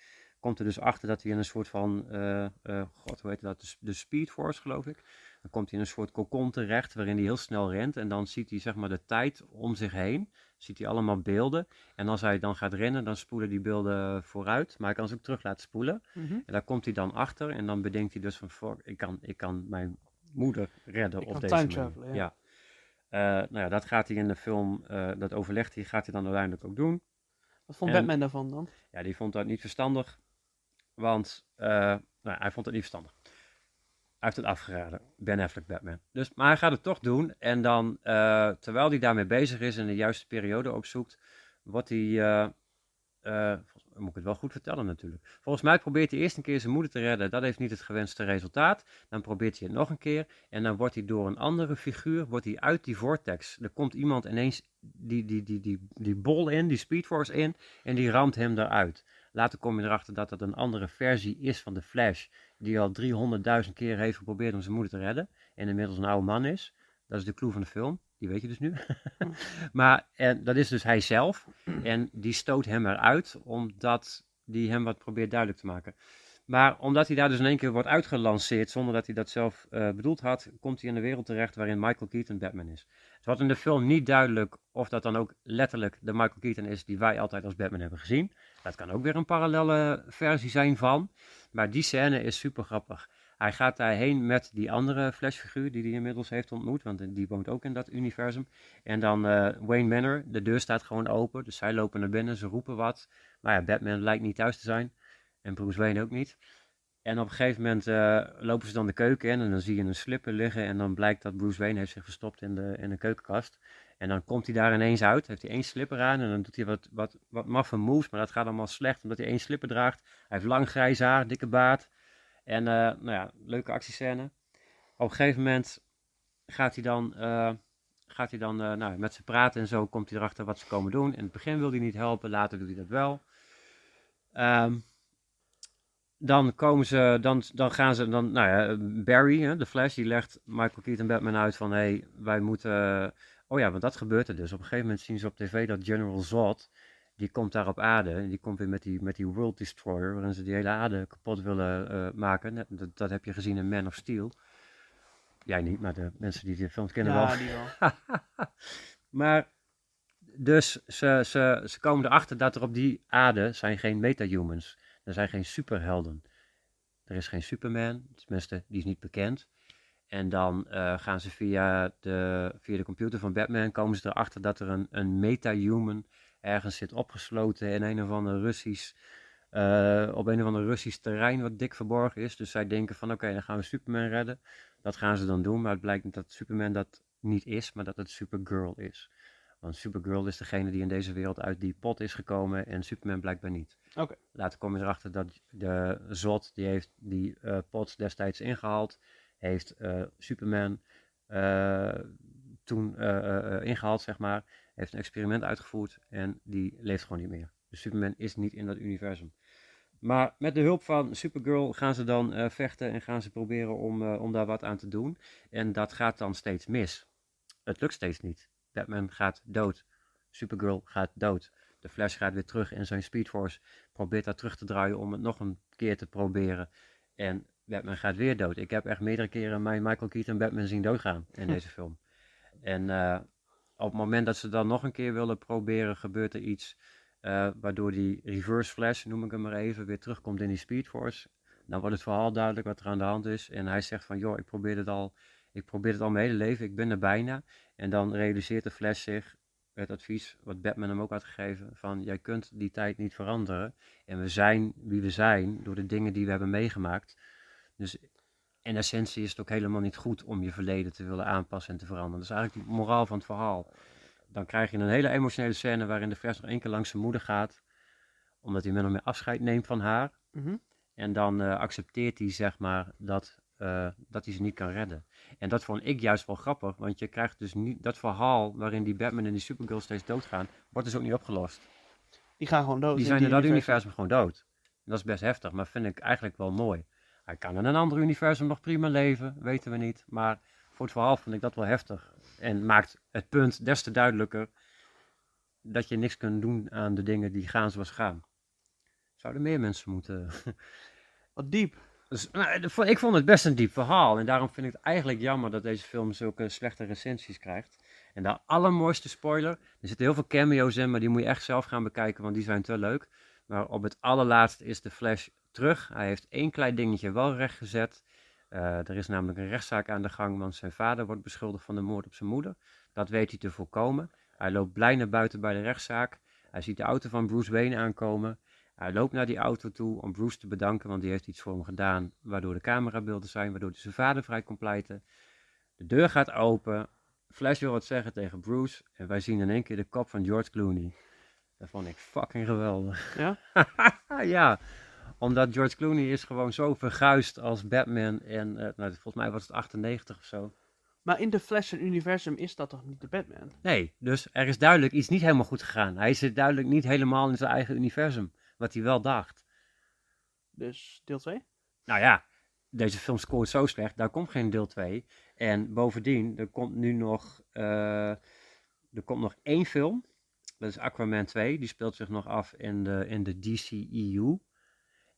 [SPEAKER 2] komt er dus achter dat hij in een soort van, eh, eh, god hoe heet dat, de, s- de Speed Force geloof ik. Dan komt hij in een soort cocon terecht waarin hij heel snel rent. En dan ziet hij zeg maar de tijd om zich heen. Ziet hij allemaal beelden. En als hij dan gaat rennen, dan spoelen die beelden vooruit. Maar hij kan ze ook terug laten spoelen.
[SPEAKER 1] Mhm.
[SPEAKER 2] En daar komt hij dan achter en dan bedenkt hij dus van, fuck, ik kan, ik kan mijn moeder redden
[SPEAKER 1] Ik
[SPEAKER 2] op
[SPEAKER 1] kan
[SPEAKER 2] deze
[SPEAKER 1] time
[SPEAKER 2] manier.
[SPEAKER 1] travelen, ja.
[SPEAKER 2] Eh, nou ja, dat gaat hij in de film, eh, dat overlegt hij, gaat hij dan uiteindelijk ook doen.
[SPEAKER 1] Wat vond
[SPEAKER 2] En-
[SPEAKER 1] Batman daarvan dan?
[SPEAKER 2] Ja, die vond dat niet verstandig, want eh, nou, ja, hij vond het niet verstandig. Hij heeft het afgeraden, Ben Affleck Batman. Dus, maar hij gaat het toch doen en dan, eh, terwijl hij daarmee bezig is en de juiste periode opzoekt, wordt hij... eh, eh, volgens- moet ik het wel goed vertellen natuurlijk. Volgens mij probeert hij eerst een keer zijn moeder te redden. Dat heeft niet het gewenste resultaat. Dan probeert hij het nog een keer. En dan wordt hij door een andere figuur wordt hij uit die vortex. Er komt iemand ineens die, die, die, die, die bol in, die speedforce in. En die ramt hem eruit. Later kom je erachter dat dat een andere versie is van de Flash. Die al 300.000 keer heeft geprobeerd om zijn moeder te redden. En inmiddels een oude man is. Dat is de clue van de film. Die weet je dus nu. maar en, dat is dus hij zelf. En die stoot hem eruit, omdat die hem wat probeert duidelijk te maken. Maar omdat hij daar dus in één keer wordt uitgelanceerd, zonder dat hij dat zelf eh, bedoeld had, komt hij in een wereld terecht waarin Michael Keaton Batman is. Het wordt in de film niet duidelijk of dat dan ook letterlijk de Michael Keaton is die wij altijd als Batman hebben gezien. Dat kan ook weer een parallele versie zijn van. Maar die scène is super grappig. Hij gaat daarheen met die andere flashfiguur die hij inmiddels heeft ontmoet, want die woont ook in dat universum. En dan eh, Wayne Manor, de deur staat gewoon open, dus zij lopen naar binnen, ze roepen wat. Maar ja, Batman lijkt niet thuis te zijn en Bruce Wayne ook niet. En op een gegeven moment eh, lopen ze dan de keuken in en dan zie je een slipper liggen en dan blijkt dat Bruce Wayne heeft zich verstopt in de, in de keukenkast. En dan komt hij daar ineens uit, heeft hij één slipper aan en dan doet hij wat, wat, wat maffe moves, maar dat gaat allemaal slecht omdat hij één slipper draagt. Hij heeft lang grijs haar, dikke baard en eh, nou ja, leuke actiescène. Op een gegeven moment gaat hij dan... eh, gaat hij dan eh, nou, met ze praten en zo komt hij erachter wat ze komen doen. In het begin wil hij niet helpen, later doet hij dat wel. Ehm, dan komen ze, dan, dan gaan ze, dan, nou ja, Barry, hè, de Flash, die legt Michael Keaton Batman uit van, hé, hey, wij moeten, oh ja, want dat gebeurt er dus. Op een gegeven moment zien ze op tv dat General Zod, die komt daar op aarde en die komt weer met die, met die World Destroyer, waarin ze die hele aarde kapot willen eh, maken. Net- Dat, dat heb je gezien in Man of Steel. Jij niet, maar de mensen die de films kennen wel.
[SPEAKER 1] ja, die wel.
[SPEAKER 2] Maar dus ze, ze, ze komen erachter dat er op die aarde zijn geen metahumans. Er zijn geen superhelden. Er is geen Superman, tenminste, die is niet bekend. En dan eh, gaan ze via de, via de computer van Batman komen ze erachter dat er een, een metahuman ergens zit opgesloten in een of ander Russisch. eh, op een of ander Russisch terrein wat dik verborgen is. Dus zij denken van oké, dan gaan we Superman redden. Dat gaan ze dan doen, maar het blijkt dat Superman dat niet is, maar dat het Supergirl is. Want Supergirl is degene die in deze wereld uit die pot is gekomen en Superman blijkbaar niet.
[SPEAKER 1] Oké.
[SPEAKER 2] Later kom je erachter dat de Zod, die heeft die eh, pot destijds ingehaald, heeft eh, Superman eh, toen eh, eh, eh, ingehaald, zeg maar, heeft een experiment uitgevoerd en die leeft gewoon niet meer. Dus Superman is niet in dat universum. Maar met de hulp van Supergirl gaan ze dan eh, vechten en gaan ze proberen om, eh, om daar wat aan te doen. En dat gaat dan steeds mis. Het lukt steeds niet. Batman gaat dood. Supergirl gaat dood. De Flash gaat weer terug in zijn Speed Force. Probeert dat terug te draaien om het nog een keer te proberen. En Batman gaat weer dood. Ik heb echt meerdere keren mijn Michael Keaton Batman zien doodgaan in
[SPEAKER 1] Hm.
[SPEAKER 2] deze film. En eh, op het moment dat ze dan nog een keer willen proberen, gebeurt er iets. eh, waardoor die reverse flash, noem ik hem maar even, weer terugkomt in die Speed Force. Dan wordt het verhaal duidelijk wat er aan de hand is. En hij zegt van, joh, ik probeer het al, ik probeer het al mijn hele leven, ik ben er bijna. En dan realiseert de Flash zich het advies wat Batman hem ook had gegeven: van jij kunt die tijd niet veranderen. En we zijn wie we zijn door de dingen die we hebben meegemaakt. Dus in essentie is het ook helemaal niet goed om je verleden te willen aanpassen en te veranderen. Dat is eigenlijk de moraal van het verhaal. Dan krijg je een hele emotionele scène waarin de Flash nog één keer langs zijn moeder gaat, omdat hij min of meer afscheid neemt van haar.
[SPEAKER 1] Mhm.
[SPEAKER 2] En dan eh, accepteert hij, zeg maar, dat, eh, dat hij ze niet kan redden. En dat vond ik juist wel grappig, want je krijgt dus niet dat verhaal waarin die Batman en die Supergirl steeds doodgaan, wordt dus ook niet opgelost.
[SPEAKER 1] Die gaan gewoon dood.
[SPEAKER 2] Die
[SPEAKER 1] in
[SPEAKER 2] zijn in dat
[SPEAKER 1] universum.
[SPEAKER 2] universum gewoon dood. En dat is best heftig, maar vind ik eigenlijk wel mooi. Hij kan in een ander universum nog prima leven, weten we niet. Maar voor het verhaal vond ik dat wel heftig. En maakt het punt des te duidelijker dat je niks kunt doen aan de dingen die gaan zoals gaan. Zouden meer mensen moeten.
[SPEAKER 1] Wat diep.
[SPEAKER 2] Dus, nou, de- ik vond het best een diep verhaal. En daarom vind ik het eigenlijk jammer dat deze film zulke slechte recensies krijgt. En de allermooiste spoiler. Er zitten heel veel cameo's in, maar die moet je echt zelf gaan bekijken, want die zijn te leuk. Maar op het allerlaatst is de Flash terug. Hij heeft één klein dingetje wel rechtgezet. Eh er is namelijk een rechtszaak aan de gang, want zijn vader wordt beschuldigd van de moord op zijn moeder. Dat weet hij te voorkomen. Hij loopt blij naar buiten bij de rechtszaak. Hij ziet de auto van Bruce Wayne aankomen. Hij loopt naar die auto toe om Bruce te bedanken, want die heeft iets voor hem gedaan, waardoor de camerabeelden zijn, waardoor hij zijn vader vrij kon pleiten. De deur gaat open, Flash wil wat zeggen tegen Bruce en wij zien in één keer de kop van George Clooney. Dat vond ik fucking geweldig.
[SPEAKER 1] Ja?
[SPEAKER 2] ja, omdat George Clooney is gewoon zo verguisd als Batman en eh, nou, volgens mij was het 98 of zo.
[SPEAKER 1] Maar in de Flash en universum is dat toch niet de Batman?
[SPEAKER 2] Nee, dus er is duidelijk iets niet helemaal goed gegaan. Hij zit duidelijk niet helemaal in zijn eigen universum, wat hij wel dacht.
[SPEAKER 1] Dus deel 2?
[SPEAKER 2] Nou ja, deze film scoort zo slecht, daar komt geen deel 2. En bovendien, er komt nu nog, eh, er komt nog één film. Dat is Aquaman 2. Die speelt zich nog af in de, in de DCEU.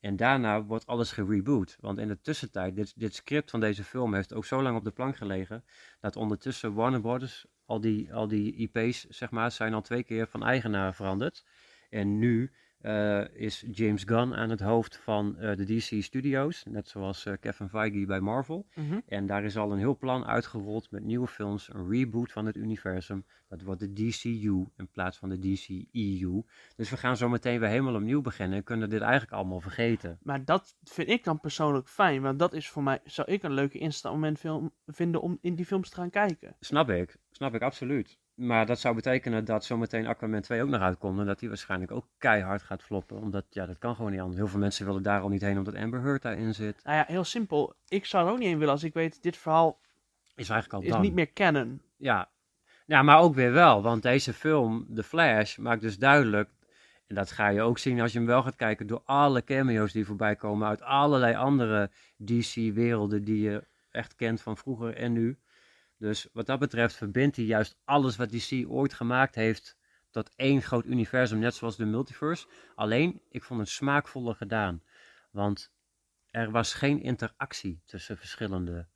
[SPEAKER 2] En daarna wordt alles gereboot. Want in de tussentijd, dit, dit script van deze film heeft ook zo lang op de plank gelegen. Dat ondertussen Warner Brothers, al die, al die IP's, zeg maar, zijn al twee keer van eigenaar veranderd. En nu eh, is James Gunn aan het hoofd van eh, de DC Studios, net zoals eh, Kevin Feige bij Marvel.
[SPEAKER 1] Mhm.
[SPEAKER 2] En daar is al een heel plan uitgerold met nieuwe films, een reboot van het universum. Dat wordt de DCU in plaats van de DCEU. Dus we gaan zo meteen weer helemaal opnieuw beginnen en kunnen dit eigenlijk allemaal vergeten.
[SPEAKER 1] Maar dat vind ik dan persoonlijk fijn, want dat is voor mij, zou ik een leuke instapmoment film vinden om in die films te gaan kijken.
[SPEAKER 2] Snap ik, snap ik absoluut. Maar dat zou betekenen dat zometeen Aquaman 2 ook nog uitkomt en dat die waarschijnlijk ook keihard gaat floppen. Omdat, ja, dat kan gewoon niet anders. Heel veel mensen willen daar al niet heen omdat Amber Heard daarin zit.
[SPEAKER 1] Nou ja, heel simpel. Ik zou er ook niet in willen als ik weet, dit verhaal
[SPEAKER 2] Is eigenlijk al
[SPEAKER 1] is
[SPEAKER 2] dan.
[SPEAKER 1] niet meer canon.
[SPEAKER 2] Ja. ja, maar ook weer wel. Want deze film, The Flash, maakt dus duidelijk. En dat ga je ook zien als je hem wel gaat kijken. Door alle cameo's die voorbij komen. Uit allerlei andere DC-werelden die je echt kent van vroeger en nu. Dus wat dat betreft verbindt hij juist alles wat DC ooit gemaakt heeft. Tot één groot universum, net zoals de multiverse. Alleen, ik vond het smaakvoller gedaan. Want er was geen interactie tussen verschillende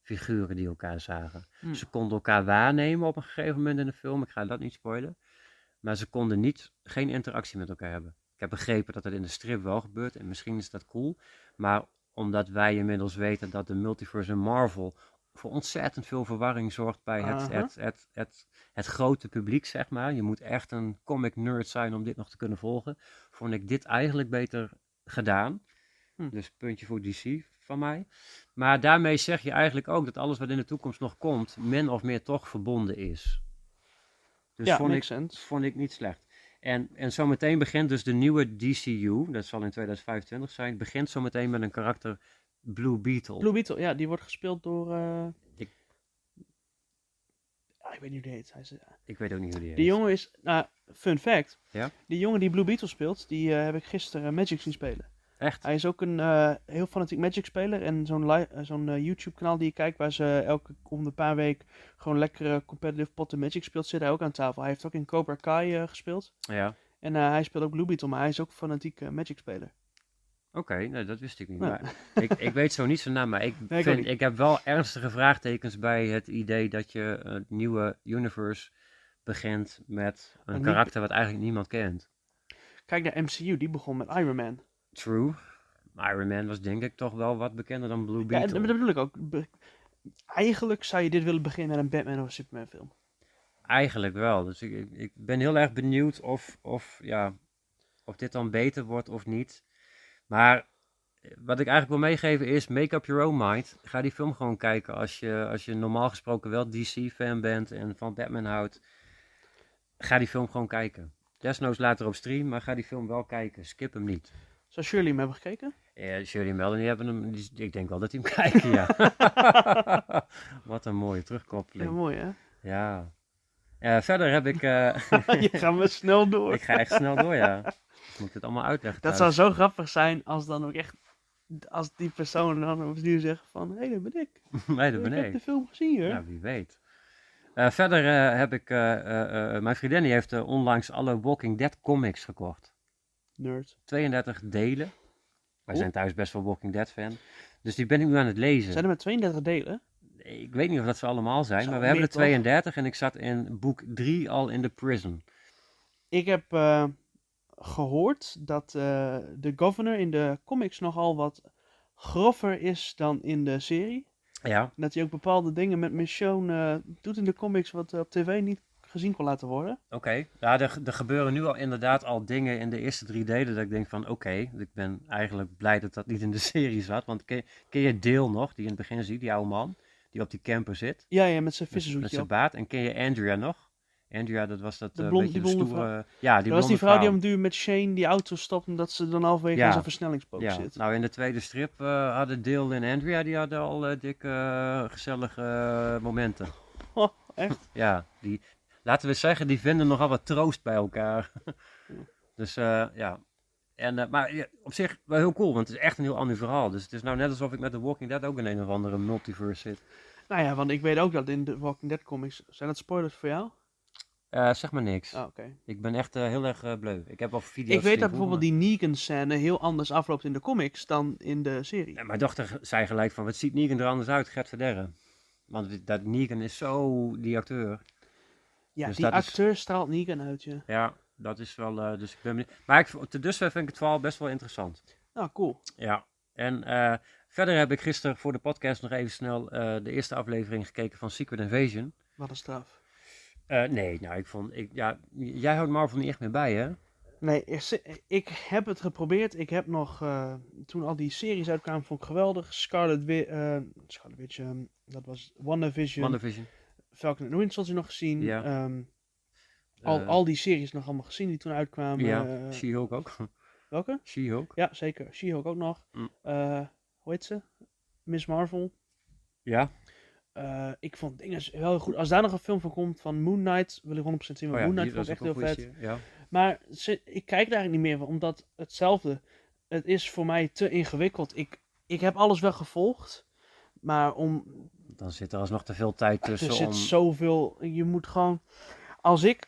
[SPEAKER 2] figuren die elkaar zagen.
[SPEAKER 1] Hm.
[SPEAKER 2] Ze konden elkaar waarnemen op een gegeven moment in de film. Ik ga dat niet spoilen. Maar ze konden niet, geen interactie met elkaar hebben. Ik heb begrepen dat dat in de strip wel gebeurt. En misschien is dat cool. Maar omdat wij inmiddels weten dat de multiverse en Marvel voor ontzettend veel verwarring zorgt bij het,
[SPEAKER 1] Aha.
[SPEAKER 2] het, het, het, het grote publiek, zeg maar. Je moet echt een comic nerd zijn om dit nog te kunnen volgen. Vond ik dit eigenlijk beter gedaan.
[SPEAKER 1] Hm.
[SPEAKER 2] Dus puntje voor DC van mij. Maar daarmee zeg je eigenlijk ook dat alles wat in de toekomst nog komt, min of meer toch verbonden is. Dus
[SPEAKER 1] ja,
[SPEAKER 2] vond ik
[SPEAKER 1] makes sense.
[SPEAKER 2] vond ik niet slecht. En, en zometeen begint dus de nieuwe DCU, dat zal in 2025 zijn, begint zometeen met een karakter Blue Beetle.
[SPEAKER 1] Blue Beetle, ja, die wordt gespeeld door... eh,
[SPEAKER 2] Ik-
[SPEAKER 1] Ah, ik weet niet hoe die heet. Hij is, eh,
[SPEAKER 2] Ik weet ook niet hoe die heet.
[SPEAKER 1] Die jongen is, nou, fun fact.
[SPEAKER 2] Ja?
[SPEAKER 1] Die jongen die Blue Beetle speelt, die eh, heb ik gisteren Magic zien spelen.
[SPEAKER 2] Echt?
[SPEAKER 1] Hij is ook een eh, heel fanatiek Magic speler en zo'n li- eh, zo'n eh, YouTube kanaal die je kijkt waar ze elke om de paar week gewoon lekkere competitive potten Magic speelt, zit hij ook aan tafel. Hij heeft ook in Cobra Kai eh, gespeeld
[SPEAKER 2] Ja. Oké,
[SPEAKER 1] en eh, hij speelt ook Blue Beetle, maar hij is ook fanatiek eh, Magic speler.
[SPEAKER 2] nee, nou, dat wist ik niet.
[SPEAKER 1] Nee.
[SPEAKER 2] Maar ik, ik weet zo niet zo naam, maar ik,
[SPEAKER 1] Nou. ook
[SPEAKER 2] vind,
[SPEAKER 1] niet.
[SPEAKER 2] ik heb wel ernstige vraagtekens bij het idee dat je een nieuwe universe begint met een
[SPEAKER 1] Een nie-
[SPEAKER 2] karakter wat eigenlijk niemand kent.
[SPEAKER 1] Kijk naar MCU, die begon met Iron Man.
[SPEAKER 2] True. Iron Man was denk ik toch wel wat bekender dan Blue
[SPEAKER 1] Ja, en,
[SPEAKER 2] Beetle.
[SPEAKER 1] dat bedoel ik ook. Be- Eigenlijk zou je dit willen beginnen met een Batman of een Superman film.
[SPEAKER 2] Eigenlijk wel. Dus ik, ik, ik ben heel erg benieuwd of, of, ja, of dit dan beter wordt of niet. Maar eh, wat ik eigenlijk wil meegeven is, make up your own mind. Ga die film gewoon kijken als je, als je normaal gesproken wel DC-fan bent en van Batman houdt. Ga die film gewoon kijken. Desnoods later op stream, maar ga die film wel kijken. Skip hem niet.
[SPEAKER 1] Zou Shirley hem hebben gekeken?
[SPEAKER 2] Eh Shirley en Melanie hebben hem, die- ik denk wel dat hij hem kijkt, ja. Wat een mooie
[SPEAKER 1] Ja,
[SPEAKER 2] terugkoppeling.
[SPEAKER 1] mooi hè?
[SPEAKER 2] Ja. Eh, verder heb ik... eh,
[SPEAKER 1] je gaat me snel door.
[SPEAKER 2] Ik ga echt snel door, ja. Ik moet het allemaal uitleggen.
[SPEAKER 1] Dat zou
[SPEAKER 2] thuis.
[SPEAKER 1] zo grappig zijn als dan ook echt. Als die persoon dan opnieuw zegt van hé, hey, dat ben ik.
[SPEAKER 2] Nee, dat
[SPEAKER 1] ik heb
[SPEAKER 2] ben
[SPEAKER 1] de
[SPEAKER 2] ik.
[SPEAKER 1] film gezien hoor.
[SPEAKER 2] Ja, wie weet. Eh, verder eh, heb ik, eh, eh, eh, mijn vriendin die heeft eh, onlangs alle Walking Dead comics gekocht.
[SPEAKER 1] Nerd.
[SPEAKER 2] 32 delen. Wij
[SPEAKER 1] Oeh.
[SPEAKER 2] zijn thuis best wel Walking Dead fan. Dus die ben ik nu aan het lezen.
[SPEAKER 1] Zijn er maar 32 delen?
[SPEAKER 2] Ik weet niet of dat ze allemaal zijn,
[SPEAKER 1] Zo,
[SPEAKER 2] maar we hebben
[SPEAKER 1] meer
[SPEAKER 2] er
[SPEAKER 1] toch?
[SPEAKER 2] 32 en ik zat in boek 3 al in de prison.
[SPEAKER 1] Ik heb eh, gehoord dat eh, de governor in de comics nogal wat grover is dan in de serie.
[SPEAKER 2] Ja,
[SPEAKER 1] En Dat hij ook bepaalde dingen met Michonne eh, doet in de comics wat eh, op tv niet gezien kon laten worden.
[SPEAKER 2] oké. Ja, er, er gebeuren nu al inderdaad al dingen in de eerste drie delen dat ik denk van oké, ik ben eigenlijk blij dat dat niet in de serie zat. Want ken, ken je Deel nog, die in het begin ziet, die oude man, die op die camper zit?
[SPEAKER 1] Ja, ja, met zijn
[SPEAKER 2] Met- Met
[SPEAKER 1] vissenzoetje
[SPEAKER 2] zijn
[SPEAKER 1] op.
[SPEAKER 2] baard. En ken je Andrea nog? Andrea, dat was dat
[SPEAKER 1] De
[SPEAKER 2] eh,
[SPEAKER 1] blond-
[SPEAKER 2] beetje
[SPEAKER 1] die
[SPEAKER 2] de
[SPEAKER 1] blonde
[SPEAKER 2] stoere... Ja, die
[SPEAKER 1] Dat was die
[SPEAKER 2] blonde
[SPEAKER 1] vrouw die om duur met Shane die auto stapt omdat ze dan halverwege
[SPEAKER 2] Ja.
[SPEAKER 1] in zijn versnellingsboog
[SPEAKER 2] ja.
[SPEAKER 1] zit.
[SPEAKER 2] Nou, in de tweede strip eh, hadden Deel en Andrea, die hadden al eh, dikke eh, gezellige eh, momenten.
[SPEAKER 1] Oh, echt?
[SPEAKER 2] Ja, die, laten we zeggen, die vinden nogal wat troost bij elkaar. dus eh, ja. En, eh, maar ja, op zich wel heel cool, want het is echt een heel ander verhaal. Dus het is nou net alsof ik met The Walking Dead ook in een of andere multiverse zit.
[SPEAKER 1] Nou ja, want ik weet ook dat in de Walking Dead comics... Zijn dat spoilers voor jou?
[SPEAKER 2] Eh, zeg maar niks.
[SPEAKER 1] Oh, oké.
[SPEAKER 2] Ik ben echt eh, heel erg eh, bleu. Ik heb al video's
[SPEAKER 1] Ik weet dat
[SPEAKER 2] gezien vroeger,
[SPEAKER 1] bijvoorbeeld die Negan-scène heel anders afloopt in de comics dan in de serie.
[SPEAKER 2] Ja, mijn dochter zei gelijk van, wat ziet Negan er anders uit, Gert Verderre. Want dat Negan is zo die acteur.
[SPEAKER 1] Ja,
[SPEAKER 2] dus
[SPEAKER 1] die
[SPEAKER 2] dat is-
[SPEAKER 1] acteur straalt Negan uit je.
[SPEAKER 2] Ja, dat is wel, eh, dus ik ben benieuwd. Maar ik, v- te dusver vind ik het verhaal best wel interessant.
[SPEAKER 1] Nou, cool.
[SPEAKER 2] Ja. En eh, verder heb ik gisteren voor de podcast nog even snel eh, de eerste aflevering gekeken van Secret Invasion.
[SPEAKER 1] Wat een straf.
[SPEAKER 2] Eh, nee, nou ik vond, ik, ja, j- jij houdt Marvel niet echt meer bij hè?
[SPEAKER 1] Nee, er zi- ik heb het geprobeerd. Ik heb nog, eh, toen al die series uitkwamen, vond ik geweldig. Scarlet, Wi- eh, Scarlet Witch, ehm, dat was WandaVision,
[SPEAKER 2] WandaVision.
[SPEAKER 1] Falcon and Winter had je nog gezien.
[SPEAKER 2] Ja.
[SPEAKER 1] Ehm, al,
[SPEAKER 2] Eh,
[SPEAKER 1] al die series nog allemaal gezien die toen uitkwamen.
[SPEAKER 2] Ja,
[SPEAKER 1] Eh,
[SPEAKER 2] She-Hulk ook.
[SPEAKER 1] welke?
[SPEAKER 2] She-Hulk.
[SPEAKER 1] Ja, zeker. She-Hulk ook nog.
[SPEAKER 2] Mm.
[SPEAKER 1] Eh, hoe heet ze? Miss Marvel.
[SPEAKER 2] Ja.
[SPEAKER 1] Eh, ik vond dingen heel goed. Als daar nog een film van komt van Moon Knight, wil ik 100% zien.
[SPEAKER 2] Oh
[SPEAKER 1] Want
[SPEAKER 2] ja,
[SPEAKER 1] Moon
[SPEAKER 2] die
[SPEAKER 1] Knight vond ik
[SPEAKER 2] was
[SPEAKER 1] echt
[SPEAKER 2] ook
[SPEAKER 1] heel
[SPEAKER 2] een
[SPEAKER 1] vet.
[SPEAKER 2] goeie serie. Ja.
[SPEAKER 1] Maar ze- ik kijk daar eigenlijk niet meer van, omdat hetzelfde. Het is voor mij te ingewikkeld. Ik, ik heb alles wel gevolgd. Maar om,
[SPEAKER 2] Dan zit er alsnog te veel tijd tussen
[SPEAKER 1] er zit
[SPEAKER 2] om...
[SPEAKER 1] zoveel. Je moet gewoon. Als ik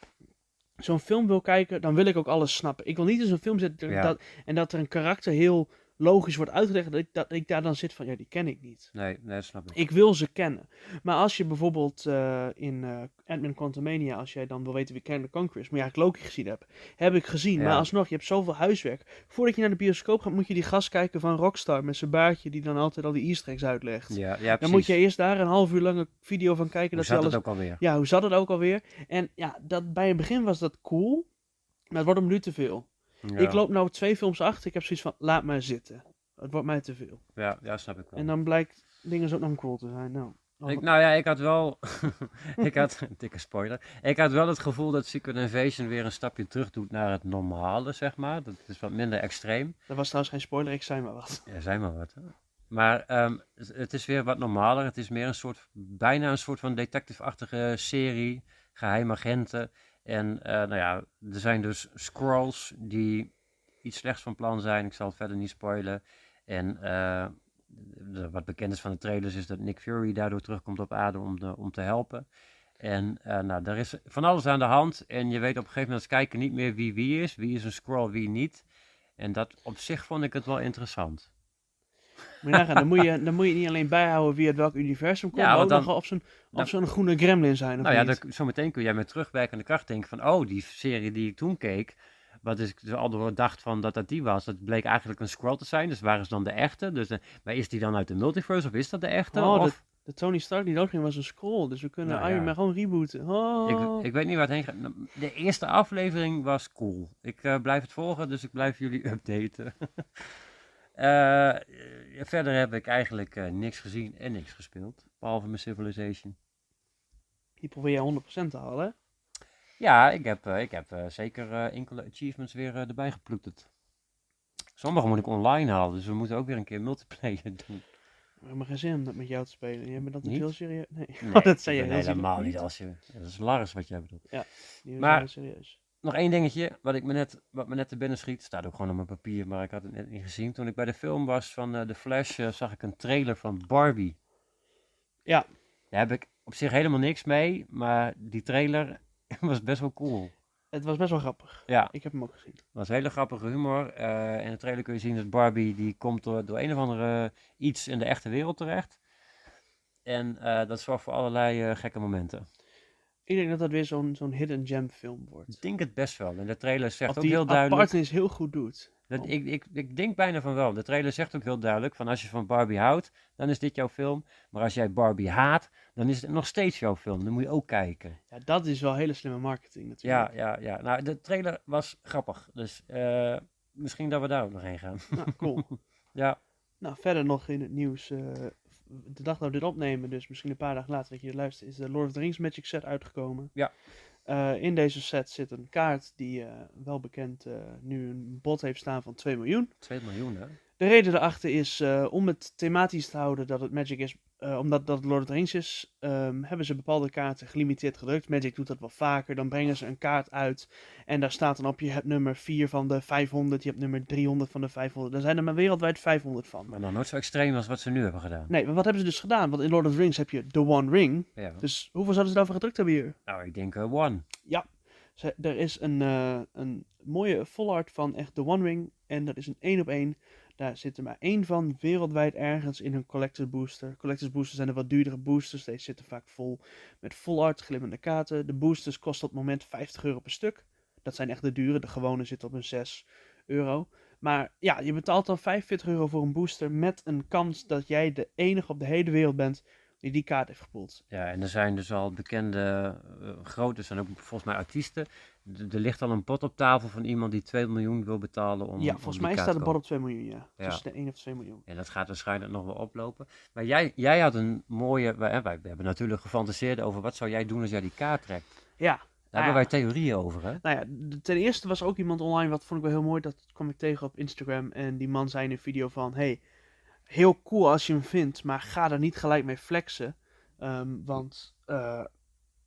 [SPEAKER 1] zo'n film wil kijken, dan wil ik ook alles snappen. Ik wil niet in zo'n film zitten dat-
[SPEAKER 2] Ja.
[SPEAKER 1] dat, en dat er een karakter heel logisch wordt uitgelegd. Dat ik, dat ik daar dan zit van, ja, die ken ik niet.
[SPEAKER 2] Nee, nee, dat snap ik.
[SPEAKER 1] Ik wil ze kennen. Maar als je bijvoorbeeld eh, in eh Ant-Man Quantumania, als jij dan wil weten wie Kang the Conqueror is, maar ja, ik Loki gezien heb, heb ik gezien.
[SPEAKER 2] Ja.
[SPEAKER 1] Maar alsnog, je hebt zoveel huiswerk. Voordat je naar de bioscoop gaat, moet je die gast kijken van Rockstar met zijn baardje, die dan altijd al die easter eggs uitlegt.
[SPEAKER 2] Ja, ja precies.
[SPEAKER 1] dan moet je eerst daar een half uur lange video van kijken.
[SPEAKER 2] Hoe
[SPEAKER 1] dat hij
[SPEAKER 2] zat
[SPEAKER 1] alles...
[SPEAKER 2] het ook alweer?
[SPEAKER 1] Ja, hoe zat het ook alweer? En ja, dat, bij het begin was dat cool, maar het wordt hem nu te veel.
[SPEAKER 2] Ja,
[SPEAKER 1] Ik loop nou twee films achter, ik heb zoiets van, laat maar zitten. Het wordt mij te veel.
[SPEAKER 2] Ja, ja, snap ik wel.
[SPEAKER 1] En dan blijkt dingen zo cool te zijn. Nou, dan-
[SPEAKER 2] Ik, nou ja, ik had wel... ik had... dikke spoiler. Ik had wel het gevoel dat Secret Invasion weer een stapje terug doet naar het normale, zeg maar. Dat is wat minder extreem.
[SPEAKER 1] Dat was trouwens geen spoiler, ik zei maar wat.
[SPEAKER 2] Ja, zijn maar wat. Hè? Maar ehm, het- het is weer wat normaler. Het is meer een soort... Bijna een soort van detective-achtige serie. Geheim agenten. En eh, nou ja, er zijn dus scrolls die iets slechts van plan zijn. Ik zal het verder niet spoilen. En eh, de- wat bekend is van de trailers is dat Nick Fury daardoor terugkomt op aarde om, de, om te helpen. En eh, nou, daar is van alles aan de hand. En je weet op een gegeven moment als kijken niet meer wie wie is. Wie is een scroll, wie niet. En dat op zich vond ik het wel interessant.
[SPEAKER 1] Moet je nagaan, dan moet je, dan moet je niet alleen bijhouden wie uit welk universum komt,
[SPEAKER 2] Ja,
[SPEAKER 1] maar ook
[SPEAKER 2] want dan-
[SPEAKER 1] nog wel of zo'n
[SPEAKER 2] dan-
[SPEAKER 1] of zo'n groene gremlin zijn of
[SPEAKER 2] nou ja,
[SPEAKER 1] niet.
[SPEAKER 2] dan- zometeen kun jij met terugwerkende kracht denken van... Oh, die serie die ik toen keek... Wat dus ik dus al door dacht van dat dat die was. Dat bleek eigenlijk een scroll te zijn. Dus waar is dan de echte? Dus, eh, maar is die dan uit de multiverse of is dat de echte?
[SPEAKER 1] Oh,
[SPEAKER 2] of...
[SPEAKER 1] dat- De Tony Stark die doodging was een scroll, dus we kunnen
[SPEAKER 2] Nou
[SPEAKER 1] Iron
[SPEAKER 2] ja.
[SPEAKER 1] Man gewoon rebooten. Oh.
[SPEAKER 2] Ik, ik weet niet waar het heen gaat. Nou, De eerste aflevering was cool. Ik eh, blijf het volgen, dus ik blijf jullie updaten. Eh, eh, verder heb ik eigenlijk eh, niks gezien en niks gespeeld. Behalve mijn Civilization.
[SPEAKER 1] Die probeer je 100% te halen, hè?
[SPEAKER 2] Ja, ik heb, eh, ik heb eh, zeker eh, enkele achievements weer eh, erbij geploeterd. Sommige moet ik online halen, dus we moeten ook weer een keer multiplayer doen.
[SPEAKER 1] Ik heb maar geen zin om dat met jou te spelen. Je bent dat niet
[SPEAKER 2] Niet?
[SPEAKER 1] heel serieus. Nee, Oh,
[SPEAKER 2] Nee,
[SPEAKER 1] dat zei je
[SPEAKER 2] nee,
[SPEAKER 1] heel
[SPEAKER 2] helemaal
[SPEAKER 1] zielig.
[SPEAKER 2] niet. Als je, dat is Lars wat jij bedoelt.
[SPEAKER 1] Die
[SPEAKER 2] Maar-
[SPEAKER 1] maar... heel serieus.
[SPEAKER 2] Nog één dingetje, wat, ik me net, wat me net te binnen schiet, staat ook gewoon op mijn papier, maar ik had het net niet gezien. Toen ik bij de film was van eh The Flash, eh, zag ik een trailer van Barbie.
[SPEAKER 1] Ja.
[SPEAKER 2] Daar heb ik op zich helemaal niks mee, maar die trailer was best wel cool.
[SPEAKER 1] Het was best wel grappig.
[SPEAKER 2] Ja,
[SPEAKER 1] Ik heb hem ook gezien.
[SPEAKER 2] was hele grappige humor. Eh, in de trailer kun je zien dat Barbie die komt door, door een of andere eh, iets in de echte wereld terecht. En eh, dat zorgt voor allerlei eh, gekke momenten.
[SPEAKER 1] Ik denk dat dat weer zo'n zo'n hidden gem film wordt.
[SPEAKER 2] Ik denk het best wel. En de trailer zegt
[SPEAKER 1] Wat
[SPEAKER 2] ook
[SPEAKER 1] die
[SPEAKER 2] heel duidelijk.
[SPEAKER 1] apartness heel goed doet.
[SPEAKER 2] Dat, ik, ik, ik denk bijna van wel. De trailer zegt ook heel duidelijk: van als je van Barbie houdt, dan is dit jouw film. Maar als jij Barbie haat, dan is het nog steeds jouw film. Dan moet je ook kijken.
[SPEAKER 1] Ja, dat is wel hele slimme marketing natuurlijk.
[SPEAKER 2] Ja, ja, ja. Nou, de trailer was grappig. Dus eh, misschien dat we daar ook nog heen gaan.
[SPEAKER 1] Nou, cool.
[SPEAKER 2] Ja,
[SPEAKER 1] nou, verder nog in het nieuws. eh, de dag dat we dit opnemen, dus misschien een paar dagen later dat je dit luistert, is de Lord of the Rings Magic set uitgekomen.
[SPEAKER 2] Ja.
[SPEAKER 1] Eh, in deze set zit een kaart die eh, wel bekend eh, nu een bod heeft staan van 2 miljoen.
[SPEAKER 2] 2 miljoen hè?
[SPEAKER 1] De reden daarachter is eh, om het thematisch te houden dat het Magic is, eh, omdat dat het Lord of the Rings is, ehm, hebben ze bepaalde kaarten gelimiteerd gedrukt. Magic doet dat wel vaker. Dan brengen ze een kaart uit en daar staat dan op: je hebt nummer 4 van de 500, je hebt nummer 300 van de 500. Er zijn er maar wereldwijd 500 van.
[SPEAKER 2] Maar nog nooit zo extreem als wat ze nu hebben gedaan.
[SPEAKER 1] Nee, maar wat hebben ze dus gedaan? Want in Lord of the Rings heb je The One Ring.
[SPEAKER 2] Ja.
[SPEAKER 1] Dus hoeveel zouden ze daarvoor gedrukt hebben hier?
[SPEAKER 2] Nou, ik denk eh, One.
[SPEAKER 1] Ze- er is een, eh, een mooie full art van echt The One Ring. En dat is een 1 op 1. Daar zit er maar één van wereldwijd ergens in hun collector booster. Collectors boosters zijn de wat duurdere boosters. Deze zitten vaak vol met full art, glimmende kaarten. De boosters kosten op het moment 50 euro per stuk. Dat zijn echt de dure. De gewone zit op een 6 euro. Maar ja, je betaalt dan 45 euro voor een booster met een kans dat jij de enige op de hele wereld bent die die kaart heeft gepoeld.
[SPEAKER 2] Ja, en er zijn dus al bekende eh, grote, er zijn ook volgens mij artiesten. D- er ligt al een pot op tafel van iemand die 2 miljoen wil betalen om.
[SPEAKER 1] ja,
[SPEAKER 2] om
[SPEAKER 1] volgens
[SPEAKER 2] die
[SPEAKER 1] mij
[SPEAKER 2] kaart
[SPEAKER 1] staat de
[SPEAKER 2] te
[SPEAKER 1] bord
[SPEAKER 2] kopen.
[SPEAKER 1] op 2 miljoen, ja.
[SPEAKER 2] Ja.
[SPEAKER 1] Tussen de 1 of 2 miljoen.
[SPEAKER 2] En dat gaat waarschijnlijk nog wel oplopen. Maar jij, jij had een mooie. Wij, hè, wij hebben natuurlijk gefantaseerd over wat zou jij doen als jij die kaart trekt. Daar
[SPEAKER 1] Ja, Ah,
[SPEAKER 2] hebben
[SPEAKER 1] ja.
[SPEAKER 2] wij theorieën over, hè?
[SPEAKER 1] Nou ja, de- ten eerste was ook iemand online, wat vond ik wel heel mooi, dat kwam ik tegen op Instagram. En die man zei in een video van, hey, heel cool als je hem vindt, maar ga er niet gelijk mee flexen. Ehm, want, eh,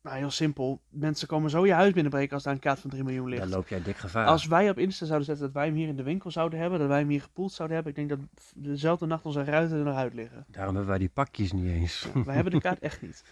[SPEAKER 1] nou heel simpel, mensen komen zo je huis binnenbreken als daar een kaart van 3 miljoen
[SPEAKER 2] Dan
[SPEAKER 1] ligt.
[SPEAKER 2] loop jij dik gevaar.
[SPEAKER 1] Als wij op Insta zouden zetten dat wij hem hier in de winkel zouden hebben, dat wij hem hier gepoeld zouden hebben, ik denk dat dezelfde nacht onze ruiten er nog uit liggen.
[SPEAKER 2] Daarom hebben wij die pakjes niet eens.
[SPEAKER 1] Wij hebben de kaart echt niet.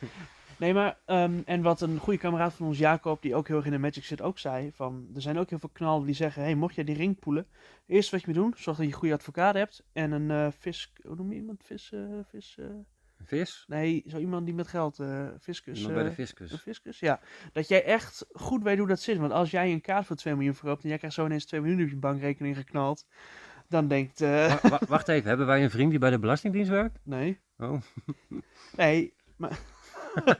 [SPEAKER 1] Nee, maar, ehm, en wat een goede kameraad van ons, Jacob, die ook heel erg in de Magic zit, ook zei: van, er zijn ook heel veel knallen die zeggen: hey, mocht jij die ring poelen, eerst wat je moet doen, zorg dat je een goede advocaat hebt en een eh, vis. Hoe noem je iemand? Vis. eh, vis eh,
[SPEAKER 2] Een Vis?
[SPEAKER 1] nee, zo iemand die met geld. eh fiscus.
[SPEAKER 2] Iemand bij de
[SPEAKER 1] eh, een
[SPEAKER 2] fiscus.
[SPEAKER 1] fiscus, ja. Dat jij echt goed weet hoe dat zit. Want als jij een kaart voor 2 miljoen verkoopt en jij krijgt zo ineens 2 miljoen op je bankrekening geknald, dan denkt. eh,
[SPEAKER 2] Wa- wa- wacht even, hebben wij een vriend die bij de Belastingdienst werkt?
[SPEAKER 1] Nee.
[SPEAKER 2] Oh.
[SPEAKER 1] Nee, maar...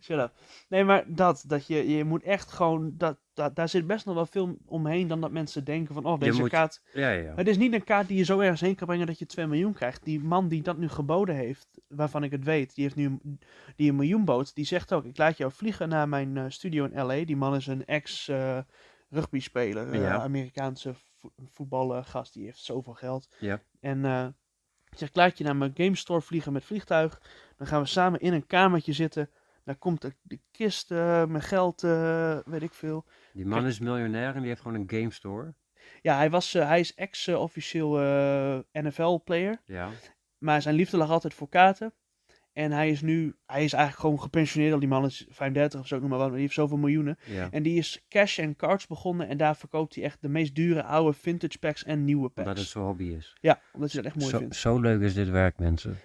[SPEAKER 1] Shut up. Nee, maar dat, dat je, je moet echt gewoon, dat, dat, daar zit best nog wel veel omheen dan dat mensen denken van, oh,
[SPEAKER 2] Je
[SPEAKER 1] deze
[SPEAKER 2] moet-
[SPEAKER 1] kaart...
[SPEAKER 2] Ja, ja. ja.
[SPEAKER 1] Het is niet een kaart die je zo ergens heen kan brengen dat je 2 miljoen krijgt. Die man die dat nu geboden heeft, waarvan ik het weet, die heeft nu een, die een miljoen bood, die zegt ook, ik laat jou vliegen naar mijn eh, studio in L.A. Die man is een ex... eh Rugbyspeler, eh,
[SPEAKER 2] Ja.
[SPEAKER 1] Amerikaanse vo- voetbalgast, die heeft zoveel geld.
[SPEAKER 2] Ja.
[SPEAKER 1] En eh, ik zeg, laat je naar mijn game store vliegen met vliegtuig. Dan gaan we samen in een kamertje zitten. Dan komt de, de kist, eh, mijn geld, eh, weet ik veel.
[SPEAKER 2] Die man is miljonair en die heeft gewoon een game store.
[SPEAKER 1] Ja, hij, was, eh, hij is ex-officieel eh, NFL-player.
[SPEAKER 2] Ja.
[SPEAKER 1] Maar zijn liefde lag altijd voor kaarten. En hij is nu, hij is eigenlijk gewoon gepensioneerd. Al die man is 35 of zo, noem maar wat. Maar die heeft zoveel miljoenen.
[SPEAKER 2] ja.
[SPEAKER 1] En die is cash en cards begonnen. En daar verkoopt hij echt de meest dure oude vintage packs en nieuwe packs.
[SPEAKER 2] Omdat het zijn hobby is.
[SPEAKER 1] Ja, omdat hij dat echt mooi
[SPEAKER 2] Zo,
[SPEAKER 1] vindt.
[SPEAKER 2] zo leuk is dit werk, mensen.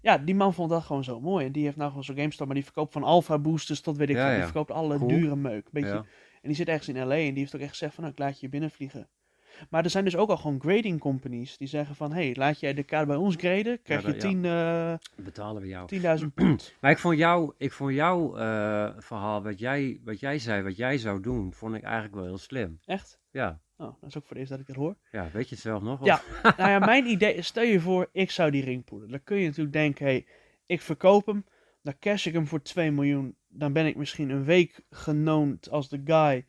[SPEAKER 1] Ja, die man vond dat gewoon zo mooi. En die heeft nou gewoon zo'n GameStop, maar die verkoopt van Alpha Boosters tot weet ik
[SPEAKER 2] Ja,
[SPEAKER 1] veel. Die
[SPEAKER 2] ja.
[SPEAKER 1] verkoopt alle
[SPEAKER 2] Cool.
[SPEAKER 1] dure meuk. Beetje.
[SPEAKER 2] Ja.
[SPEAKER 1] En die zit ergens in LA en die heeft ook echt gezegd van, nou, ik laat je binnenvliegen. Maar er zijn dus ook al gewoon grading companies die zeggen van, hé, hey, laat jij de kaart bij ons graden, krijg
[SPEAKER 2] dat-
[SPEAKER 1] je
[SPEAKER 2] ja.
[SPEAKER 1] 10, eh,
[SPEAKER 2] Betalen we jou.
[SPEAKER 1] 10.000 pond.
[SPEAKER 2] Maar ik vond jouw ik vond jouw eh, verhaal, wat jij, wat jij zei, wat jij zou doen, vond ik eigenlijk wel heel slim.
[SPEAKER 1] Echt?
[SPEAKER 2] Ja,
[SPEAKER 1] Oh, dat is ook voor het eerst dat ik dat hoor.
[SPEAKER 2] ja weet je het zelf nog? Of-
[SPEAKER 1] Ja. nou ja, mijn idee is, stel je voor, ik zou die ring poelen. Dan kun je natuurlijk denken, hé, hey, ik verkoop hem, dan cash ik hem voor 2 miljoen. Dan ben ik misschien een week genoond als de guy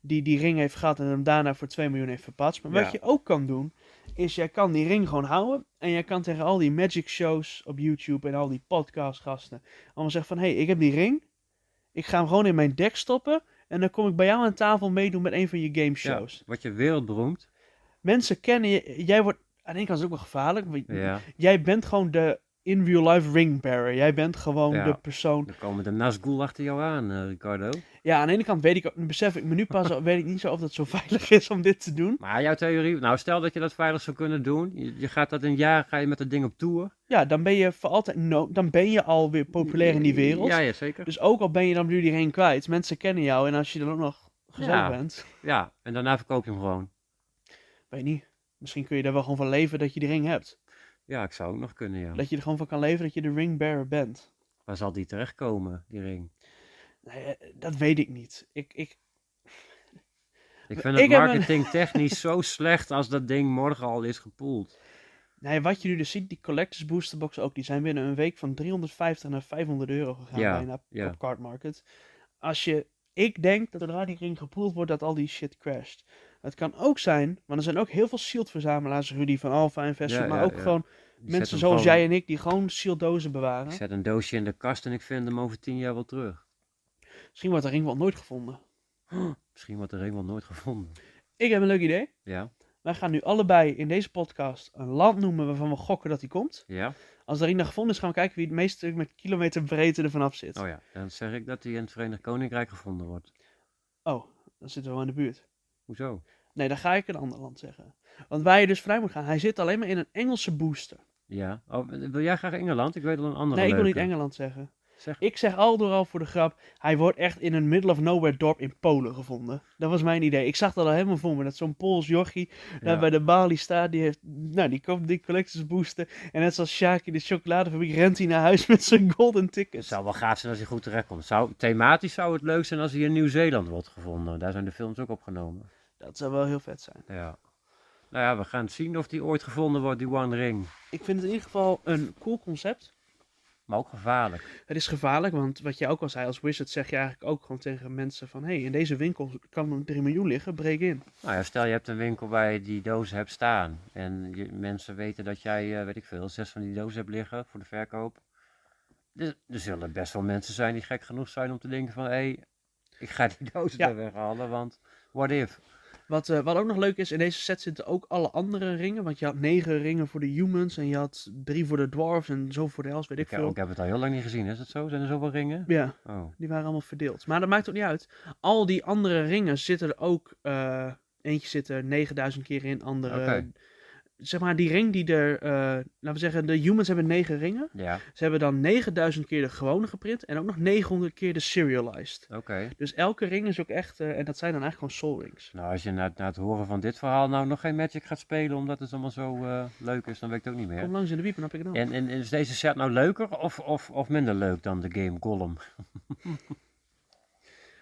[SPEAKER 1] die die ring heeft gehad en hem daarna voor 2 miljoen heeft verpatst. Maar
[SPEAKER 2] Ja.
[SPEAKER 1] wat je ook kan doen, is jij kan die ring gewoon houden en jij kan tegen al die magic shows op YouTube en al die podcastgasten allemaal zeggen van, hé, hey, ik heb die ring, ik ga hem gewoon in mijn deck stoppen en dan kom ik bij jou aan tafel meedoen met een van je game
[SPEAKER 2] Ja,
[SPEAKER 1] shows.
[SPEAKER 2] Word je wereldberoemd.
[SPEAKER 1] Mhm. Mensen kennen je. Jij wordt. Aan de ene kant is het ook wel gevaarlijk. want
[SPEAKER 2] Ja.
[SPEAKER 1] Jij bent gewoon de in real life ring bearer. Jij bent gewoon
[SPEAKER 2] Ja.
[SPEAKER 1] de persoon.
[SPEAKER 2] Dan komen de Nazgul achter jou aan, eh, Ricardo.
[SPEAKER 1] Ja, aan de ene kant weet ik, ook- besef ik me nu pas, al- weet ik niet zo of dat zo veilig is om dit te doen.
[SPEAKER 2] Maar jouw theorie, nou stel dat je dat veilig zou kunnen doen. Je, je gaat dat een jaar, ga je met dat ding op tour.
[SPEAKER 1] Ja, dan ben je voor altijd, no, dan ben je alweer populair in die wereld.
[SPEAKER 2] Ja, ja zeker.
[SPEAKER 1] Dus ook al ben je dan nu iedereen kwijt, mensen kennen jou en als je dan ook nog gezellig
[SPEAKER 2] Ja.
[SPEAKER 1] bent,
[SPEAKER 2] Ja, en daarna verkoop je hem gewoon.
[SPEAKER 1] weet niet. Misschien kun je daar wel gewoon van leven dat je die ring hebt.
[SPEAKER 2] Ja, ik zou ook nog kunnen, ja.
[SPEAKER 1] Dat je er gewoon van kan leven dat je de ringbearer bent.
[SPEAKER 2] Waar zal die terechtkomen, die ring?
[SPEAKER 1] Nee, eh, dat weet ik niet. Ik, ik,
[SPEAKER 2] Ik vind
[SPEAKER 1] Eh, Ik heb
[SPEAKER 2] het
[SPEAKER 1] een-
[SPEAKER 2] marketingtechnisch zo slecht als dat ding morgen al is gepoeld.
[SPEAKER 1] nee, wat je nu dus ziet, die collectors boosterboxen ook, die zijn binnen een week van 350 naar 500 euro gegaan
[SPEAKER 2] Ja,
[SPEAKER 1] bijna
[SPEAKER 2] ja.
[SPEAKER 1] op card market. Als je, ik denk dat zodra die ring gepoeld wordt, dat al die shit crasht. Het kan ook zijn, want er zijn ook heel veel shield verzamelaars, Rudy van Alpha Investment,
[SPEAKER 2] Ja,
[SPEAKER 1] maar
[SPEAKER 2] ja,
[SPEAKER 1] ook
[SPEAKER 2] ja.
[SPEAKER 1] gewoon
[SPEAKER 2] Die zet
[SPEAKER 1] mensen
[SPEAKER 2] hem
[SPEAKER 1] zoals
[SPEAKER 2] gewoon-
[SPEAKER 1] jij en ik die gewoon shield dozen bewaren.
[SPEAKER 2] Ik zet een doosje in de kast en ik vind hem over tien jaar wel terug.
[SPEAKER 1] Misschien wordt de ring wel nooit gevonden.
[SPEAKER 2] Misschien wordt de ring wel nooit gevonden.
[SPEAKER 1] Ik heb een leuk idee.
[SPEAKER 2] Ja,
[SPEAKER 1] Wij gaan nu allebei in deze podcast een land noemen waarvan we gokken dat hij komt.
[SPEAKER 2] ja.
[SPEAKER 1] Als de ring dan gevonden is, gaan we kijken wie het meeste met kilometer breedte er vanaf zit.
[SPEAKER 2] Oh ja, dan zeg ik dat hij in het Verenigd Koninkrijk gevonden wordt.
[SPEAKER 1] Oh, dan zitten we wel in de buurt.
[SPEAKER 2] Hoezo?
[SPEAKER 1] Nee, dan ga ik een ander land zeggen. Want waar je dus vrij moet gaan, hij zit alleen maar in een Engelse booster.
[SPEAKER 2] Ja. Oh, wil jij graag Engeland? Ik weet al een andere
[SPEAKER 1] nee, ik wil niet
[SPEAKER 2] leuke.
[SPEAKER 1] Engeland zeggen.
[SPEAKER 2] Zeg,
[SPEAKER 1] Ik zeg al door al voor de grap, hij wordt echt in een middle of nowhere dorp in Polen gevonden. Dat was mijn idee. Ik zag dat al helemaal voor me, dat zo'n Pools jochie daar
[SPEAKER 2] Ja.
[SPEAKER 1] bij de balie staat. Die heeft, nou, die komt die collectors boosten. En net zoals Sjaak in de chocoladefabriek rent hij naar huis met zijn golden
[SPEAKER 2] Het
[SPEAKER 1] tickets.
[SPEAKER 2] zou wel gaaf zijn als hij goed terechtkomt. Zou, thematisch zou het leuk zijn als hij in Nieuw-Zeeland wordt gevonden. Daar zijn de films ook opgenomen.
[SPEAKER 1] Dat zou wel heel vet zijn.
[SPEAKER 2] Ja. Nou ja, we gaan zien of die ooit gevonden wordt, die One Ring.
[SPEAKER 1] Ik vind het in ieder geval een cool concept.
[SPEAKER 2] Maar ook gevaarlijk.
[SPEAKER 1] Het is gevaarlijk, want wat je ook al zei als wizard, zeg je eigenlijk ook gewoon tegen mensen van... hey, in deze winkel kan er 3 miljoen liggen, breek in.
[SPEAKER 2] Nou ja, stel je hebt een winkel waar je die dozen hebt staan. En je, mensen weten dat jij, eh, weet ik veel, zes van die dozen hebt liggen voor de verkoop. Er, er zullen best wel mensen zijn die gek genoeg zijn om te denken van... Hé, hey, ik ga die dozen
[SPEAKER 1] Ja.
[SPEAKER 2] daar weghalen, want what if?
[SPEAKER 1] Wat, eh, wat ook nog leuk is, in deze set zitten ook alle andere ringen. Want je had negen ringen voor de humans en je had drie voor de dwarves en zo voor de helft, weet ik
[SPEAKER 2] Ik,
[SPEAKER 1] veel.
[SPEAKER 2] ik heb het al heel lang niet gezien, is dat zo? Zijn er zoveel ringen?
[SPEAKER 1] Ja,
[SPEAKER 2] Oh.
[SPEAKER 1] die waren allemaal verdeeld. Maar dat maakt ook niet uit. Al die andere ringen zitten er ook... eh, eentje zit er 9000 keer in, andere...
[SPEAKER 2] Oké.
[SPEAKER 1] Zeg maar, die ring die er... eh, laten we zeggen, de humans hebben negen ringen.
[SPEAKER 2] Ja,
[SPEAKER 1] Ze hebben dan 9000 keer de gewone geprint en ook nog 900 keer de serialized.
[SPEAKER 2] oké.
[SPEAKER 1] Dus elke ring is ook echt, eh, en dat zijn dan eigenlijk gewoon soul rings.
[SPEAKER 2] Nou, als je na, na het horen van dit verhaal nou nog geen Magic gaat spelen, omdat het allemaal zo eh, leuk is, dan weet ik het ook niet meer.
[SPEAKER 1] Kom langs in de wiep en dan heb ik het dan.
[SPEAKER 2] En, en is deze set nou leuker of, of, of minder leuk dan de game Gollum?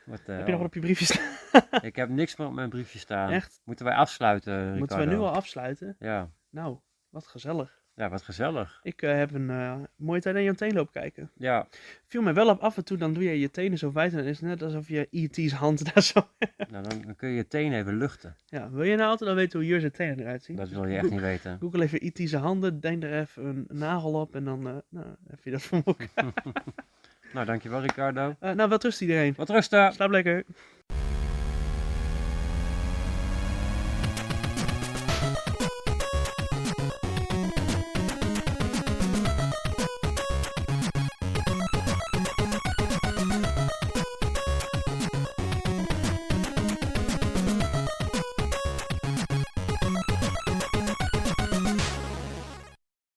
[SPEAKER 2] Wat, eh,
[SPEAKER 1] Heb je nog wat op je briefje staan?
[SPEAKER 2] Ik heb niks meer op mijn briefje staan.
[SPEAKER 1] Echt?
[SPEAKER 2] Moeten wij afsluiten, Ricardo?
[SPEAKER 1] Moeten we nu al afsluiten?
[SPEAKER 2] Ja.
[SPEAKER 1] Nou, wat gezellig.
[SPEAKER 2] ja, wat gezellig.
[SPEAKER 1] Ik eh, heb een eh, mooie tijd aan jouw teen lopen kijken.
[SPEAKER 2] Ja,
[SPEAKER 1] Viel mij wel op af en toe, dan doe je je tenen zo wijd en dan is het net alsof je E.T.'s hand daar zo...
[SPEAKER 2] nou, dan, dan kun je je teen even luchten.
[SPEAKER 1] Ja, wil je nou altijd al weten hoe Jur zijn tenen eruit zien?
[SPEAKER 2] Dat wil je echt niet weten.
[SPEAKER 1] Google even E.T.'s handen, denk er even een nagel op en dan eh, nou, heb je dat voor elkaar.
[SPEAKER 2] Nou, dankjewel Ricardo.
[SPEAKER 1] Eh, nou, wel rust iedereen.
[SPEAKER 2] Wat rusten!
[SPEAKER 1] Slaap lekker.